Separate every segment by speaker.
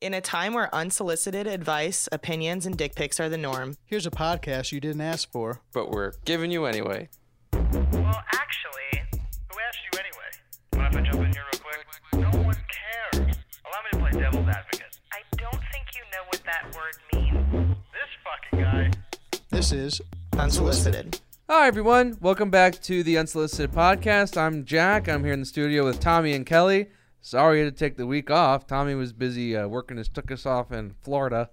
Speaker 1: In a time where unsolicited advice, opinions, and dick pics are the norm,
Speaker 2: Here's a podcast you didn't ask for.
Speaker 3: but we're giving you anyway.
Speaker 4: Well, actually, who asked you anyway? Mind if I jump in here real quick? No one cares. Allow me to play devil's advocate. I don't think you know what that word means. This fucking guy.
Speaker 2: This is
Speaker 1: unsolicited.
Speaker 3: Hi, everyone. Welcome back to the Unsolicited Podcast. I'm Jack. I'm here in the studio with Tommy and Kelly. Sorry to take the week off. Tommy was busy uh, working his took us off in Florida,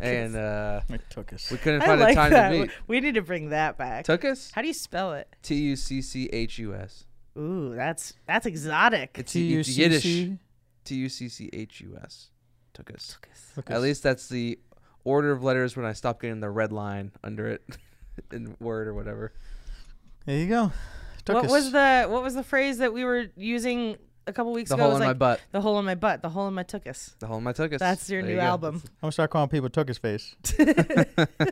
Speaker 3: and uh,
Speaker 5: It took us.
Speaker 3: we couldn't
Speaker 6: I
Speaker 3: find
Speaker 6: like
Speaker 3: a time
Speaker 6: that.
Speaker 3: to
Speaker 6: We-
Speaker 3: meet.
Speaker 6: We need to bring that back.
Speaker 3: Took us?
Speaker 6: How do you spell it?
Speaker 3: T U C C H U S.
Speaker 6: Ooh, that's that's exotic.
Speaker 3: It's it's Yiddish. T U C C H U S. Took us. At least that's the order of letters when I stopped getting the red line under it in Word or whatever.
Speaker 5: There you go. Took
Speaker 6: What
Speaker 5: us.
Speaker 6: was the uh, what was the phrase that we were using a couple weeks
Speaker 3: The
Speaker 6: ago? It
Speaker 3: hole
Speaker 6: was
Speaker 3: in my
Speaker 6: like,
Speaker 3: butt.
Speaker 6: The hole in my butt. The hole in my tuchus.
Speaker 3: The hole in my took us.
Speaker 6: That's your
Speaker 3: There
Speaker 6: new
Speaker 3: you go.
Speaker 6: album.
Speaker 5: I'm gonna start calling people took his face.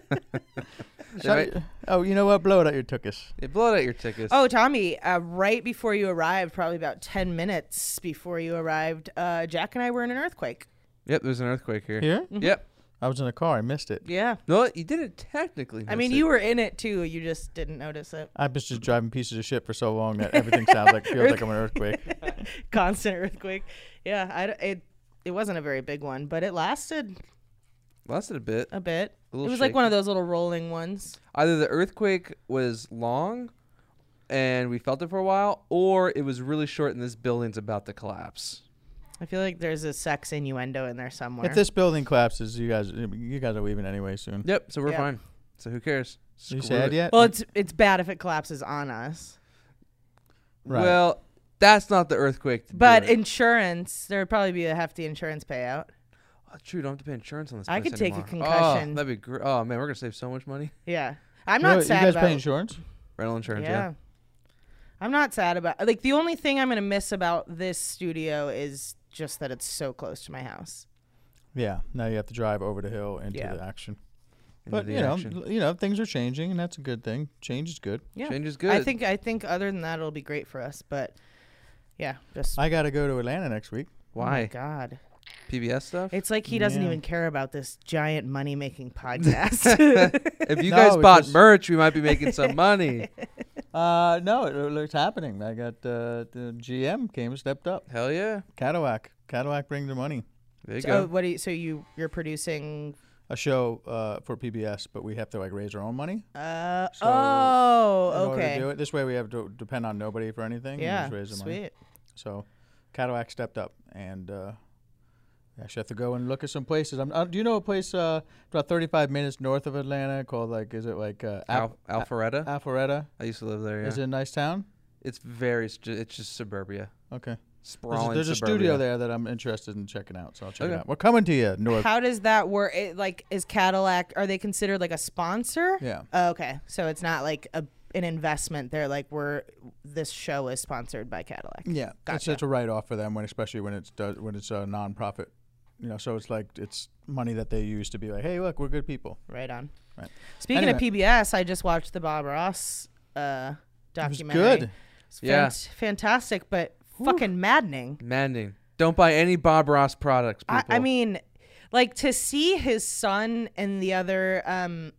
Speaker 3: They might-
Speaker 5: Oh, you know what? Blow it out your took us.
Speaker 3: They blow out your tickets.
Speaker 6: Oh, Tommy, uh, right before you arrived, probably about 10 minutes before you arrived, uh, Jack and I were in an earthquake.
Speaker 3: Yep, there's an earthquake here.
Speaker 5: Here?
Speaker 3: Yep.
Speaker 5: I was in a car. I missed it.
Speaker 6: Mm-hmm. Yeah.
Speaker 3: No, you didn't technically.
Speaker 6: I mean,
Speaker 3: miss
Speaker 6: you
Speaker 3: it.
Speaker 6: were in it too. You just didn't notice it.
Speaker 5: I've been just driving pieces of shit for so long that everything sounds like feels like I'm an earthquake.
Speaker 6: Constant earthquake. Yeah. I d it, it wasn't a very big one, but it lasted
Speaker 3: lasted a bit.
Speaker 6: a bit.
Speaker 3: A
Speaker 6: it
Speaker 3: little
Speaker 6: was like one
Speaker 3: shaky.
Speaker 6: of those little rolling ones.
Speaker 3: Either the earthquake was long, and we felt it for a while, or it was really short, and this building's about to collapse.
Speaker 6: I feel like there's a sex innuendo in there somewhere.
Speaker 5: If this building collapses, you guys, you guys are leaving anyway soon.
Speaker 3: Yep. So we're
Speaker 6: Yeah.
Speaker 3: fine. So who cares?
Speaker 5: You
Speaker 3: Screw
Speaker 5: sad
Speaker 3: it.
Speaker 5: yet?
Speaker 6: well, it's it's bad if it collapses on us.
Speaker 5: Right.
Speaker 3: Well, that's not the earthquake. to do
Speaker 6: But
Speaker 3: it.
Speaker 6: insurance, there would probably be a hefty insurance payout.
Speaker 3: Oh, true, don't have to pay insurance on this.
Speaker 6: I
Speaker 3: place
Speaker 6: could take a
Speaker 3: anymore.
Speaker 6: concussion.
Speaker 3: Oh, that'd be great. Oh man, we're gonna save so much money.
Speaker 6: Yeah. I'm
Speaker 5: You know
Speaker 6: not
Speaker 5: what? you
Speaker 6: sad
Speaker 5: guys
Speaker 6: about
Speaker 5: pay insurance?
Speaker 3: Rental insurance. Yeah.
Speaker 6: Yeah. I'm not sad about like the only thing I'm gonna miss about this studio is just that it's so close to my house.
Speaker 5: Yeah. Now you have to drive over the hill into
Speaker 6: Yeah.
Speaker 5: the action.
Speaker 3: Into
Speaker 5: But
Speaker 3: the
Speaker 5: you know,
Speaker 3: action.
Speaker 5: l- you know, things are changing, and that's a good thing. Change is good.
Speaker 6: Yeah.
Speaker 3: Change is good.
Speaker 6: I think I think other than that it'll be great for us, but yeah, just
Speaker 5: I got to go to Atlanta next week.
Speaker 3: Why
Speaker 6: oh God.
Speaker 3: PBS stuff?
Speaker 6: It's like he doesn't
Speaker 5: Yeah.
Speaker 6: even care about this giant money making podcast.
Speaker 3: if you
Speaker 5: No,
Speaker 3: guys
Speaker 5: it's
Speaker 3: bought
Speaker 5: just-
Speaker 3: merch, we might be making some money.
Speaker 5: Uh, no, it it looks happening. I got uh, the GM came and stepped up.
Speaker 3: Hell yeah!
Speaker 5: Cadillac, Cadillac brings the money.
Speaker 3: There you
Speaker 6: so,
Speaker 3: go.
Speaker 6: oh, what do you, so you you're producing
Speaker 5: A show uh, for PBS, but we have to like raise our own money.
Speaker 6: uh
Speaker 5: So, in
Speaker 6: oh
Speaker 5: order to do
Speaker 6: okay.
Speaker 5: it this way, we have to depend on nobody for anything. and
Speaker 6: Yeah.
Speaker 5: just raise the money.
Speaker 6: Sweet.
Speaker 5: So, Cadillac stepped up, and uh, I actually have to go and look at some places. I'm, uh, do you know a place uh, about 35 minutes north of Atlanta called like is it like uh, Al-
Speaker 3: Al- Alpharetta.
Speaker 5: Alpharetta?
Speaker 3: I used to live there. Yeah.
Speaker 5: Is it a nice town?
Speaker 3: It's very. It's just, it's just suburbia.
Speaker 5: Okay. There's,
Speaker 3: Sprawling
Speaker 5: a, there's a
Speaker 3: suburbia.
Speaker 5: studio there that I'm interested in checking out, so I'll check
Speaker 3: Okay.
Speaker 5: it out. We're coming to you, North.
Speaker 6: How does that work? It, like, is Cadillac? Are they considered like a sponsor?
Speaker 5: Yeah.
Speaker 6: Oh, okay, so it's not like a an investment. They're like, we're this show is sponsored by Cadillac.
Speaker 5: Yeah, it's,
Speaker 6: Gotcha.
Speaker 5: it's a write off for them when, especially when it's does, when it's a non-profit, you know. So it's like it's money that they use to be like, hey, look, we're good people.
Speaker 6: Right on.
Speaker 5: Right.
Speaker 6: Speaking of
Speaker 5: Anyway.
Speaker 6: PBS, I just watched the Bob Ross uh,
Speaker 5: It was
Speaker 6: documentary.
Speaker 5: good.
Speaker 6: It's
Speaker 3: Yeah.
Speaker 6: fant- fantastic, but fucking maddening.
Speaker 3: Manding. Don't buy any Bob Ross products, people.
Speaker 6: I, I mean, like to see his son and the other um,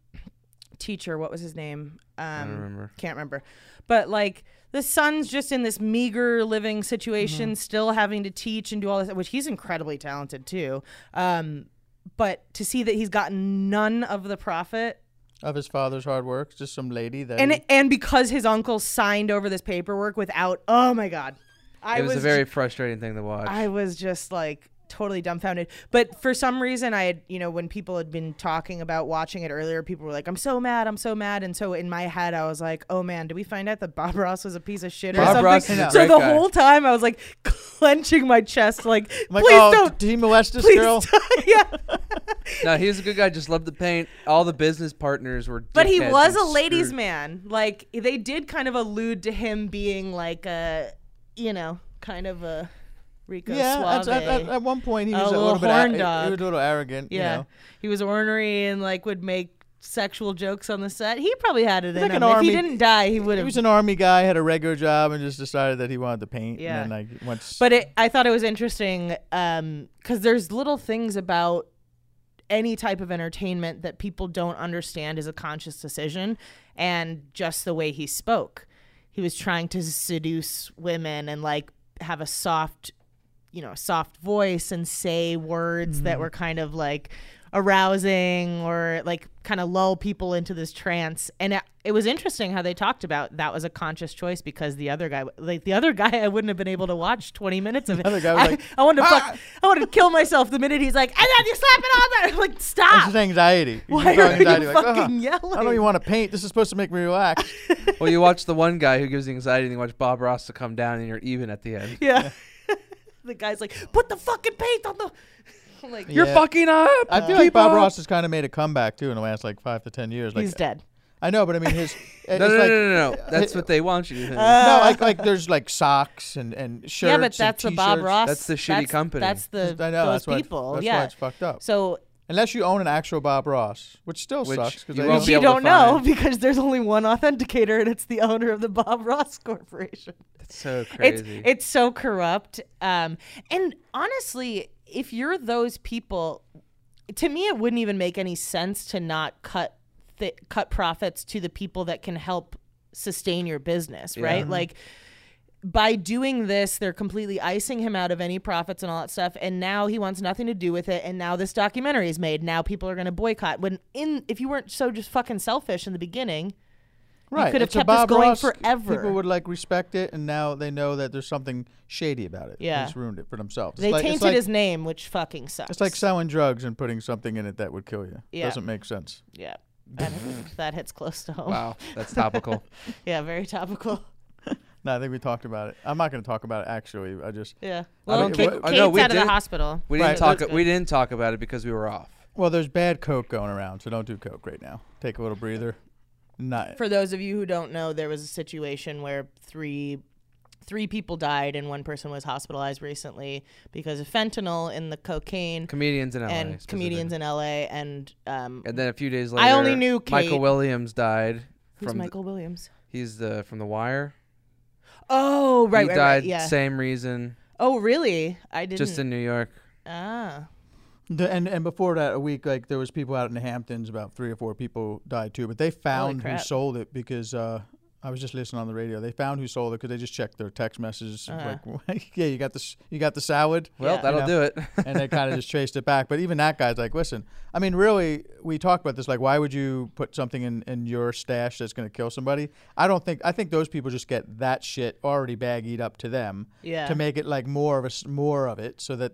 Speaker 6: teacher. What was his name? Um, I
Speaker 3: don't remember.
Speaker 6: Can't remember. But like the son's just in this meager living situation,
Speaker 5: Mm-hmm.
Speaker 6: still having to teach and do all this, which he's incredibly talented too. Um, but to see that he's gotten none of the profit.
Speaker 5: Of his father's hard work, just some lady that.
Speaker 6: And
Speaker 5: he-
Speaker 6: it, and because his uncle signed over this paperwork without, oh my god, I
Speaker 3: it was, a
Speaker 6: was
Speaker 3: very frustrating thing to watch.
Speaker 6: I was just like totally dumbfounded. But for some reason, I had, you know, when people had been talking about watching it earlier, people were like, I'm so mad, I'm so mad. And so in my head, I was like, oh man, did we find out that Bob Ross was a piece of shit or
Speaker 3: Bob
Speaker 6: something?
Speaker 3: Ross is
Speaker 6: so
Speaker 3: a great
Speaker 6: the
Speaker 3: guy.
Speaker 6: whole time, I was like clenching my chest, like,
Speaker 5: I'm like,
Speaker 6: please
Speaker 5: oh,
Speaker 6: don't.
Speaker 5: did he molest this
Speaker 6: Please
Speaker 5: girl?
Speaker 6: don't. yeah,
Speaker 3: no, he was a good guy. Just loved the paint. All the business partners were.
Speaker 6: but he
Speaker 3: dickheads
Speaker 6: was
Speaker 3: and
Speaker 6: a ladies'
Speaker 3: screwed-
Speaker 6: man. Like they did kind of allude to him being like a, you know, kind of a Rico
Speaker 5: yeah,
Speaker 6: Suave.
Speaker 5: at, at, at, at one point he
Speaker 6: A
Speaker 5: was a
Speaker 6: little
Speaker 5: little, bit. ar-
Speaker 6: horn
Speaker 5: he-
Speaker 6: dog.
Speaker 5: He was a little arrogant.
Speaker 6: Yeah.
Speaker 5: You know?
Speaker 6: He was ornery and like would make sexual jokes on the set. He probably had it in
Speaker 5: like
Speaker 6: him.
Speaker 5: an
Speaker 6: if
Speaker 5: army-
Speaker 6: he didn't die, he would
Speaker 5: He
Speaker 6: have.
Speaker 5: was an army guy, had a regular job, and just decided that he wanted to paint.
Speaker 6: Yeah.
Speaker 5: And then, like once,
Speaker 6: But it, I thought it was interesting because there's little things about any type of entertainment that people don't understand is a conscious decision, and just the way he spoke, he was trying to seduce women and like have a soft, you know, soft voice and say words
Speaker 5: Mm-hmm.
Speaker 6: that were kind of like arousing or like kind of lull people into this trance and it, it was interesting how they talked about that was a conscious choice because the other guy like the other guy I wouldn't have been able to watch 20 minutes of it
Speaker 5: other guy was
Speaker 6: I,
Speaker 5: like, "Ah!"
Speaker 6: I wanted to fuck, I wanted to kill myself the minute he's like and then you slap it on there I'm like
Speaker 5: it's
Speaker 6: stop
Speaker 5: just anxiety. He
Speaker 6: Why
Speaker 5: just felt
Speaker 6: are you fucking yelling?"
Speaker 5: I don't even want to paint. This is supposed to make me relax.
Speaker 3: well, you watch the one guy who gives the anxiety, and you watch Bob Ross to come down, and you're even at the end.
Speaker 6: yeah the guy's like put the fucking paint on the I'm like
Speaker 3: You're
Speaker 5: Yeah.
Speaker 3: fucking up.
Speaker 5: I feel like Bob
Speaker 3: people.
Speaker 5: Ross has kind of made a comeback too in the last like five to ten years. Like,
Speaker 6: he's dead
Speaker 5: I know, but I mean his. it's
Speaker 3: No, no,
Speaker 5: like, Uh,
Speaker 3: no, no, no. That's what they want you to think.
Speaker 5: no, like like there's like socks and and
Speaker 6: Uh.
Speaker 5: shirts.
Speaker 6: yeah but
Speaker 5: and
Speaker 6: that's the Bob
Speaker 5: t-shirts.
Speaker 6: Ross
Speaker 3: That's the shitty
Speaker 6: that's-
Speaker 3: company.
Speaker 6: that's the
Speaker 5: I know
Speaker 6: those
Speaker 5: that's why
Speaker 6: people
Speaker 5: It's, that's
Speaker 6: yeah
Speaker 5: why it's fucked up.
Speaker 6: so
Speaker 5: Unless you own an actual Bob Ross, which still
Speaker 3: Which
Speaker 5: sucks because
Speaker 3: you
Speaker 5: I
Speaker 3: won't
Speaker 5: don't-
Speaker 3: be
Speaker 6: you
Speaker 3: able
Speaker 6: don't
Speaker 3: to
Speaker 6: know
Speaker 3: find.
Speaker 6: because there's only one authenticator and it's the owner of the Bob Ross Corporation.
Speaker 3: That's so crazy.
Speaker 6: It's it's so corrupt. Um, and honestly, if you're those people, to me, it wouldn't even make any sense to not cut th- cut profits to the people that can help sustain your business, right? Like by doing this, they're completely icing him out of any profits and all that stuff. And now he wants nothing to do with it. And now this documentary is made. Now people are going to boycott. When in if you weren't so just fucking selfish in the beginning,
Speaker 5: right.
Speaker 6: could have
Speaker 5: it's a
Speaker 6: kept this
Speaker 5: Bob
Speaker 6: going
Speaker 5: Ross,
Speaker 6: forever.
Speaker 5: People would like respect it, and now they know that there's something shady about it.
Speaker 6: Yeah.
Speaker 5: it's ruined it for themselves.
Speaker 6: they
Speaker 5: it's like,
Speaker 6: tainted
Speaker 5: it's like,
Speaker 6: his name, which fucking sucks.
Speaker 5: It's like selling drugs and putting something in it that would kill you.
Speaker 6: Yeah.
Speaker 5: doesn't make sense.
Speaker 6: yeah, that, that hits close to home.
Speaker 3: wow, that's topical.
Speaker 6: Yeah, very topical.
Speaker 5: No, I think we talked about it. I'm not going to talk about it actually. I just
Speaker 6: Yeah. Well,
Speaker 3: mean,
Speaker 6: Kate,
Speaker 3: what- I
Speaker 6: Kate's
Speaker 3: know, we
Speaker 6: out of
Speaker 3: did-
Speaker 6: the hospital.
Speaker 3: We
Speaker 5: Right,
Speaker 3: didn't talk.
Speaker 6: that's
Speaker 3: We didn't talk about it because we were off.
Speaker 5: well, there's bad coke going around, so don't do coke right now. Take a little breather. Not
Speaker 6: For those of you who don't know, there was a situation where three three people died and one person was hospitalized recently because of fentanyl in the cocaine
Speaker 3: Comedians in LA.
Speaker 6: and
Speaker 3: specifically.
Speaker 6: comedians in LA and um
Speaker 3: And then a few days later,
Speaker 6: I only knew
Speaker 3: Michael
Speaker 6: Kate.
Speaker 3: Williams died.
Speaker 6: who's
Speaker 3: from the-
Speaker 6: Michael Williams?
Speaker 3: he's the from The Wire.
Speaker 6: Oh, right,
Speaker 3: he
Speaker 6: right,
Speaker 3: died
Speaker 6: right, yeah.
Speaker 3: same reason,
Speaker 6: oh, really? I didn't.
Speaker 3: just in New York.
Speaker 6: ah,
Speaker 5: the, and and before that, a week like there was people out in the Hamptons. About three or four people died too, but they found who
Speaker 6: crap.
Speaker 5: sold it because uh, I was just listening on the radio. They found who sold it because they just checked their text messages. Like, yeah, you got the s- you got the salad.
Speaker 3: Well,
Speaker 6: Uh-huh. Yeah.
Speaker 3: that'll
Speaker 5: You
Speaker 3: do
Speaker 5: know.
Speaker 3: it.
Speaker 5: and they kind of just traced it back. But even that guy's like, listen, I mean, really, we talk about this. Like, why would you put something in, in your stash that's going to kill somebody? I don't think, I think those people just get that shit already baggied up to them
Speaker 6: Yeah.
Speaker 5: to make it like more of a, s- more of it so that,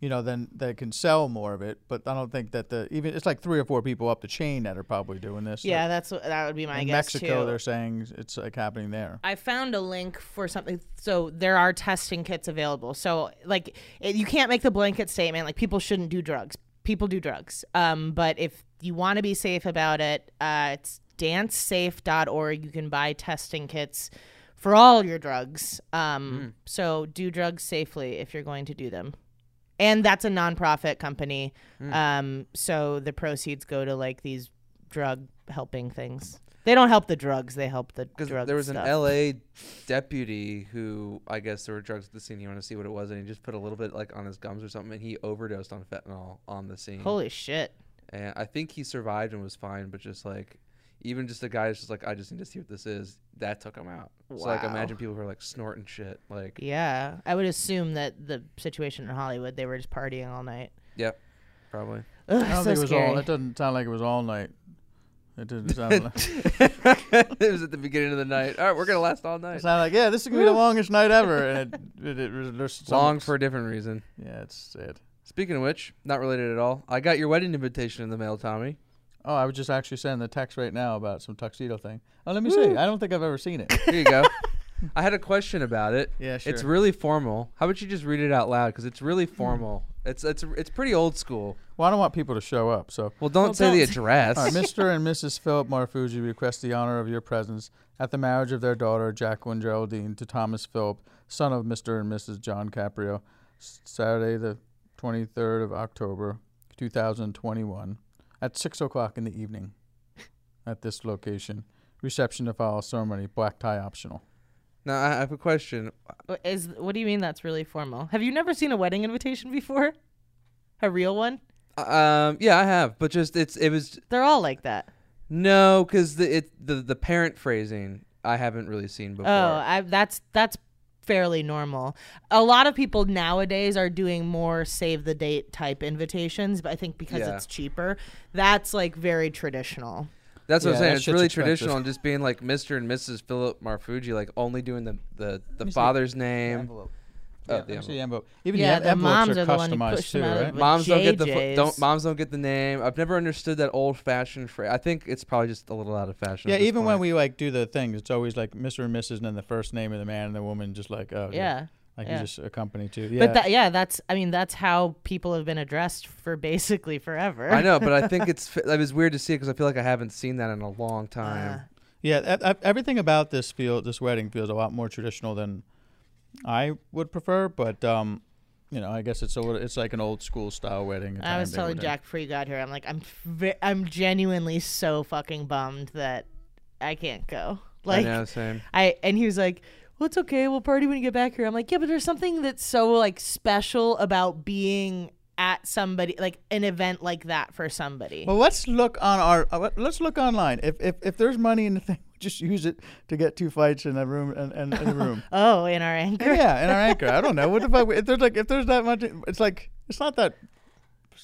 Speaker 5: you know, then they can sell more of it. But I don't think that the, even, it's like three or four people up the chain that are probably doing this.
Speaker 6: yeah,
Speaker 5: Like,
Speaker 6: that's what, that would be my
Speaker 5: in
Speaker 6: guess
Speaker 5: Mexico,
Speaker 6: too.
Speaker 5: they're saying it's like happening there.
Speaker 6: I found a link for something. So there are testing kits available. So like it, you can't make the blanket statement like people shouldn't do drugs. People do drugs. Um, but if you want to be safe about it, uh, it's dancesafe.org. You can buy testing kits for all your drugs. Um,
Speaker 3: Mm.
Speaker 6: So do drugs safely if you're going to do them. And that's a nonprofit company.
Speaker 3: Mm.
Speaker 6: Um, so the proceeds go to like these drug helping things. They don't help the drugs. They help the drug
Speaker 3: Because there was
Speaker 6: stuff.
Speaker 3: an LA deputy who, I guess, there were drugs at the scene. He wanted to see what it was, and he just put a little bit like on his gums or something, and he overdosed on fentanyl on the scene.
Speaker 6: Holy shit.
Speaker 3: And I think he survived and was fine, but just like, even just a guy who's just like, I just need to see what this is. That took him out. So like,
Speaker 6: Wow.
Speaker 3: imagine people who are like snorting shit. Like,
Speaker 6: Yeah. I would assume that the situation in Hollywood, they were just partying all night.
Speaker 3: yep, probably.
Speaker 6: Ugh,
Speaker 5: I don't
Speaker 6: so
Speaker 5: think it was
Speaker 6: scary.
Speaker 5: all, it doesn't sound like it was all night. It didn't sound like.
Speaker 3: it was at the beginning of the night. All right, we're gonna last all night.
Speaker 5: It's not like, yeah, this is gonna be the longest night ever, and it, it, it, was- there's some-
Speaker 3: Long for a different reason.
Speaker 5: yeah, it's sad.
Speaker 3: Speaking of which, not related at all. I got your wedding invitation in the mail, Tommy.
Speaker 5: Oh, I was just actually sending the text right now about some tuxedo thing. Oh, let me see. I don't think I've ever seen it.
Speaker 3: Here you go. I had a question about it.
Speaker 5: Yeah,
Speaker 3: It's
Speaker 5: sure.
Speaker 3: really formal. How about you just read it out loud? Because it's really formal. It's it's it's pretty old school.
Speaker 5: Well, I don't want people to show up, so.
Speaker 3: Well, don't say the address.
Speaker 5: All right, Mr. and Mrs. Philip Marfuji request the honor of your presence at the marriage of their daughter, Jacqueline Geraldine, to Thomas Philip, son of Mr. and Mrs. John Caprio, s- Saturday, the 23rd of October, 2021, at 6 o'clock in the evening. at this location. Reception to follow ceremony. Black tie optional.
Speaker 3: Now I I have a question.
Speaker 6: Wha- Is what do you mean that's really formal? Have you never seen a wedding invitation before? A real one?
Speaker 3: Um, yeah, I have, but just it's it was
Speaker 6: They're all like that.
Speaker 3: no because the it the the parent phrasing I haven't really seen before.
Speaker 6: Oh, I, that's that's fairly normal. A lot of people nowadays are doing more save the date type invitations, but I think because
Speaker 3: Yeah.
Speaker 6: it's cheaper, that's like very traditional.
Speaker 3: That's what
Speaker 5: Yeah,
Speaker 3: I'm saying.
Speaker 5: that
Speaker 3: It's
Speaker 5: shit's
Speaker 3: really
Speaker 5: expensive.
Speaker 3: traditional and just being like Mr. and Mrs. Philip Marfuji, like only doing the the, the father's name. Oh,
Speaker 5: Yeah, let
Speaker 3: the
Speaker 5: me see
Speaker 3: envelope.
Speaker 5: the envelope. Even
Speaker 6: Uh, Yeah,
Speaker 5: the,
Speaker 6: the
Speaker 5: en- envelopes
Speaker 6: moms
Speaker 5: are,
Speaker 6: are the one who
Speaker 5: customized
Speaker 6: pushed
Speaker 5: too,
Speaker 6: them out of
Speaker 5: right?
Speaker 6: the-
Speaker 3: Moms don't get the fo-
Speaker 6: JJ's.
Speaker 3: don't moms don't get the name. I've never understood that old fashioned phrase. I think it's probably just a little out of fashion.
Speaker 5: Yeah,
Speaker 3: at this
Speaker 5: even when
Speaker 3: point.
Speaker 5: we like do the things, it's always like Mr. and Mrs. and then the first name of the man and the woman, just like oh
Speaker 6: Yeah.
Speaker 5: like
Speaker 6: yeah.
Speaker 5: you just accompany too. Yeah,
Speaker 6: But that yeah, that's I mean that's how people have been addressed for basically forever.
Speaker 3: I know, but I think it's f- it was weird to see because I feel like I haven't seen that in a
Speaker 6: Uh,
Speaker 3: long time.
Speaker 5: yeah. e- e- Everything about this feel this wedding feels a lot more traditional than I would prefer. But um, you know, I guess it's a little, it's like an old school style wedding.
Speaker 6: I was
Speaker 5: kind of
Speaker 6: telling
Speaker 5: thing.
Speaker 6: Jack before you got here, I'm like, I'm, ve- I'm genuinely so fucking bummed that I can't go. Like,
Speaker 3: I know, same.
Speaker 6: I and he was like, "Well, it's okay. We'll party when you get back here." I'm like, "Yeah, but there's something that's so like special about being at somebody like an event like that for somebody."
Speaker 5: Well, let's look on our uh, let- let's look online. If if, if there's money in the thing, just use it to get two flights in a room and in, in a room.
Speaker 6: oh, in our anchor.
Speaker 5: yeah, in our anchor. I don't know. What the fuck? If there's like, if there's that much, it's like, it's not that.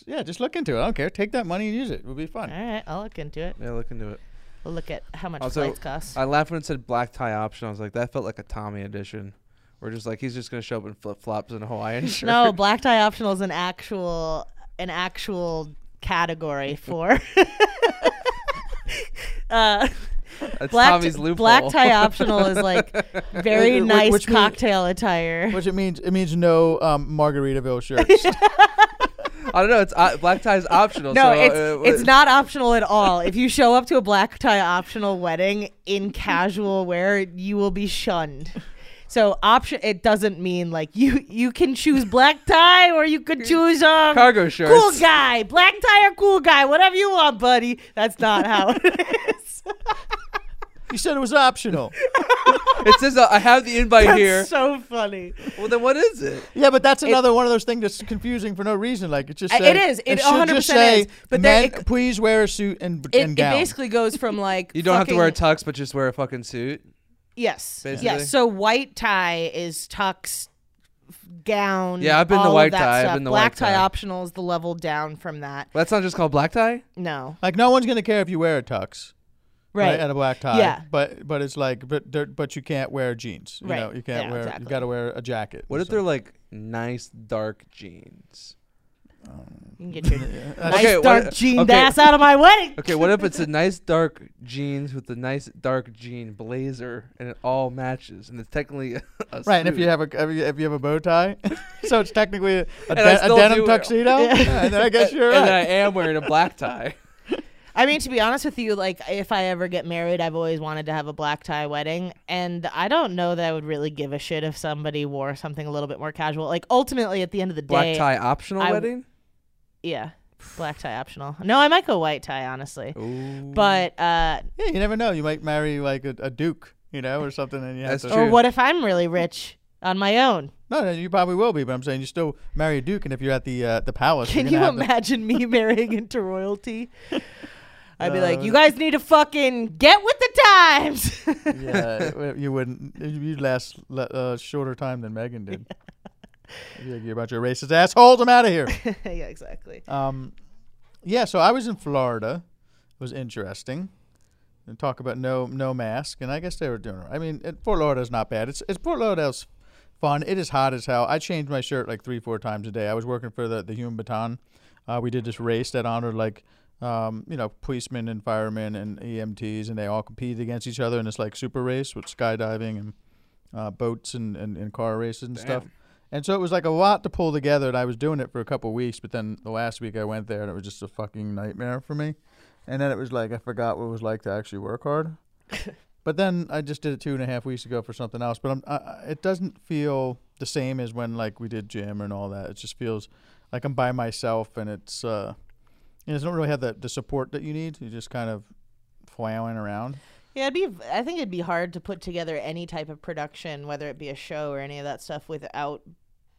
Speaker 5: Yeah, just look into it. I don't care. Take that money and use it. It'll be fun.
Speaker 6: All right, I'll look into it.
Speaker 3: Yeah, look into it.
Speaker 6: We'll look at how much
Speaker 3: Also, uh,
Speaker 6: flights cost.
Speaker 3: I laughed when it said black tie option. I was like, that felt like a Tommy edition. Or just like he's just gonna show up in flip flops and a Hawaiian shirt.
Speaker 6: No, black tie optional is an actual an actual category for. uh,
Speaker 3: That's
Speaker 6: black,
Speaker 3: Tommy's loophole.
Speaker 6: black tie optional is like very
Speaker 5: Wh- wh-
Speaker 6: nice
Speaker 5: which mean-
Speaker 6: cocktail attire.
Speaker 5: Which it means, it means no um, Margaritaville shirts.
Speaker 3: I don't know. It's uh, black tie is optional.
Speaker 6: No,
Speaker 3: so,
Speaker 6: it's
Speaker 3: uh, wha-
Speaker 6: it's not optional at all. If you show up to a black tie optional wedding in casual wear, you will be shunned. So option it doesn't mean like you you can choose black tie or you could choose um
Speaker 3: Cargo
Speaker 6: cool
Speaker 3: shorts.
Speaker 6: guy, black tie or cool guy, whatever you want, buddy. That's not how it is.
Speaker 5: you said it was optional.
Speaker 3: It says uh, I have the invite here.
Speaker 6: so funny.
Speaker 3: well, then what is it?
Speaker 5: Yeah, but that's another one of those things that's confusing for no reason. Like it just
Speaker 6: I-
Speaker 5: say,
Speaker 6: it is. It
Speaker 5: should just
Speaker 6: 100%
Speaker 5: say,
Speaker 6: is. But
Speaker 5: men,
Speaker 6: then it-
Speaker 5: please wear a suit and,
Speaker 6: It,
Speaker 5: and
Speaker 6: it
Speaker 5: gown.
Speaker 6: basically goes from like
Speaker 3: You don't have to wear a
Speaker 6: fucking-
Speaker 3: tux, but just wear a fucking suit.
Speaker 6: Yes.
Speaker 3: basically.
Speaker 6: Yes. So white tie is tux f- gown.
Speaker 3: Yeah, I've been the
Speaker 6: all of
Speaker 3: white
Speaker 6: that
Speaker 3: tie, I've
Speaker 6: Stuff.
Speaker 3: been the
Speaker 6: Black
Speaker 3: white
Speaker 6: tie.
Speaker 3: tie.
Speaker 6: optional is the level down from that.
Speaker 3: Well, that's not just called black tie.
Speaker 6: No.
Speaker 5: like no one's gonna care if you wear a tux.
Speaker 6: Right.
Speaker 5: at a black tie.
Speaker 6: Yeah.
Speaker 5: but but it's like but there- but you can't wear jeans. You
Speaker 6: Right.
Speaker 5: know, you can't
Speaker 6: Yeah,
Speaker 5: wear.
Speaker 6: exactly.
Speaker 5: You got to wear a jacket.
Speaker 3: What
Speaker 5: or
Speaker 3: if they're like nice dark jeans?
Speaker 6: You can get your nice
Speaker 3: Okay, what-
Speaker 6: dark jean
Speaker 3: okay.
Speaker 6: ass out of my wedding.
Speaker 3: Okay, what if it's a nice dark jeans with a nice dark jean blazer and it all matches and it's technically a, a
Speaker 5: Right, and if
Speaker 3: suit?
Speaker 5: you have a if you, if you have a bow tie, so it's technically a, a,
Speaker 3: I
Speaker 5: de- a
Speaker 3: still do
Speaker 5: denim
Speaker 3: wear-
Speaker 5: tuxedo. Yeah, and then I guess you're
Speaker 3: and then I
Speaker 5: right.
Speaker 3: am wearing a black tie.
Speaker 6: I mean, to be honest with you, like if I ever get married, I've always wanted to have a black tie wedding, and I don't know that I would really give a shit if somebody wore something a little bit more casual. Like ultimately, at the end of the
Speaker 3: Black
Speaker 6: day,
Speaker 3: tie optional
Speaker 6: I-
Speaker 3: wedding?
Speaker 6: yeah, black tie optional. No, I might go white tie honestly,
Speaker 3: Ooh.
Speaker 6: but uh,
Speaker 5: Yeah, you never know. You might marry like a, a duke, you know, or something, and you have
Speaker 3: That's
Speaker 5: to.
Speaker 3: true.
Speaker 6: or what if I'm really rich on my own?
Speaker 5: No, no, you probably will be, but I'm saying you still marry a duke, and if you're at the uh, the palace,
Speaker 6: Can
Speaker 5: you're
Speaker 6: you
Speaker 5: gonna have the-
Speaker 6: imagine me marrying into royalty? I'd be like, you guys need to fucking get with the times.
Speaker 5: yeah, w- you wouldn't. You'd last le- uh, shorter time than Megan did. You're like, "You're a bunch of racist assholes. I'm out of here.
Speaker 6: yeah, exactly.
Speaker 5: Um, yeah, so I was in Florida. It was interesting. And talk about no no mask, and I guess they were doing it. I mean, it, Fort Lauderdale's not bad. It's it's Fort Lauderdale's fun. It is hot as hell. I changed my shirt like three four times a day. I was working for the the Human Baton. Uh, we did this race that honored like. Um, you know, policemen and firemen and EMTs, and they all competed against each other in this like super race with skydiving and uh, boats and, and, and car races and stuff. And so it was like a lot to pull together, and I was doing it for a couple of weeks. But then the last week I went there, and it was just a fucking nightmare for me. And then it was like I forgot what it was like to actually work hard. but then I just did it two and a half weeks ago for something else. But I'm, I- I, it doesn't feel the same as when like we did gym and all that. It just feels like I'm by myself, and it's uh, and it doesn't really have the the support that you need. You just kind of flailing around.
Speaker 6: Yeah, it'd be. I think it'd be hard to put together any type of production, whether it be a show or any of that stuff, without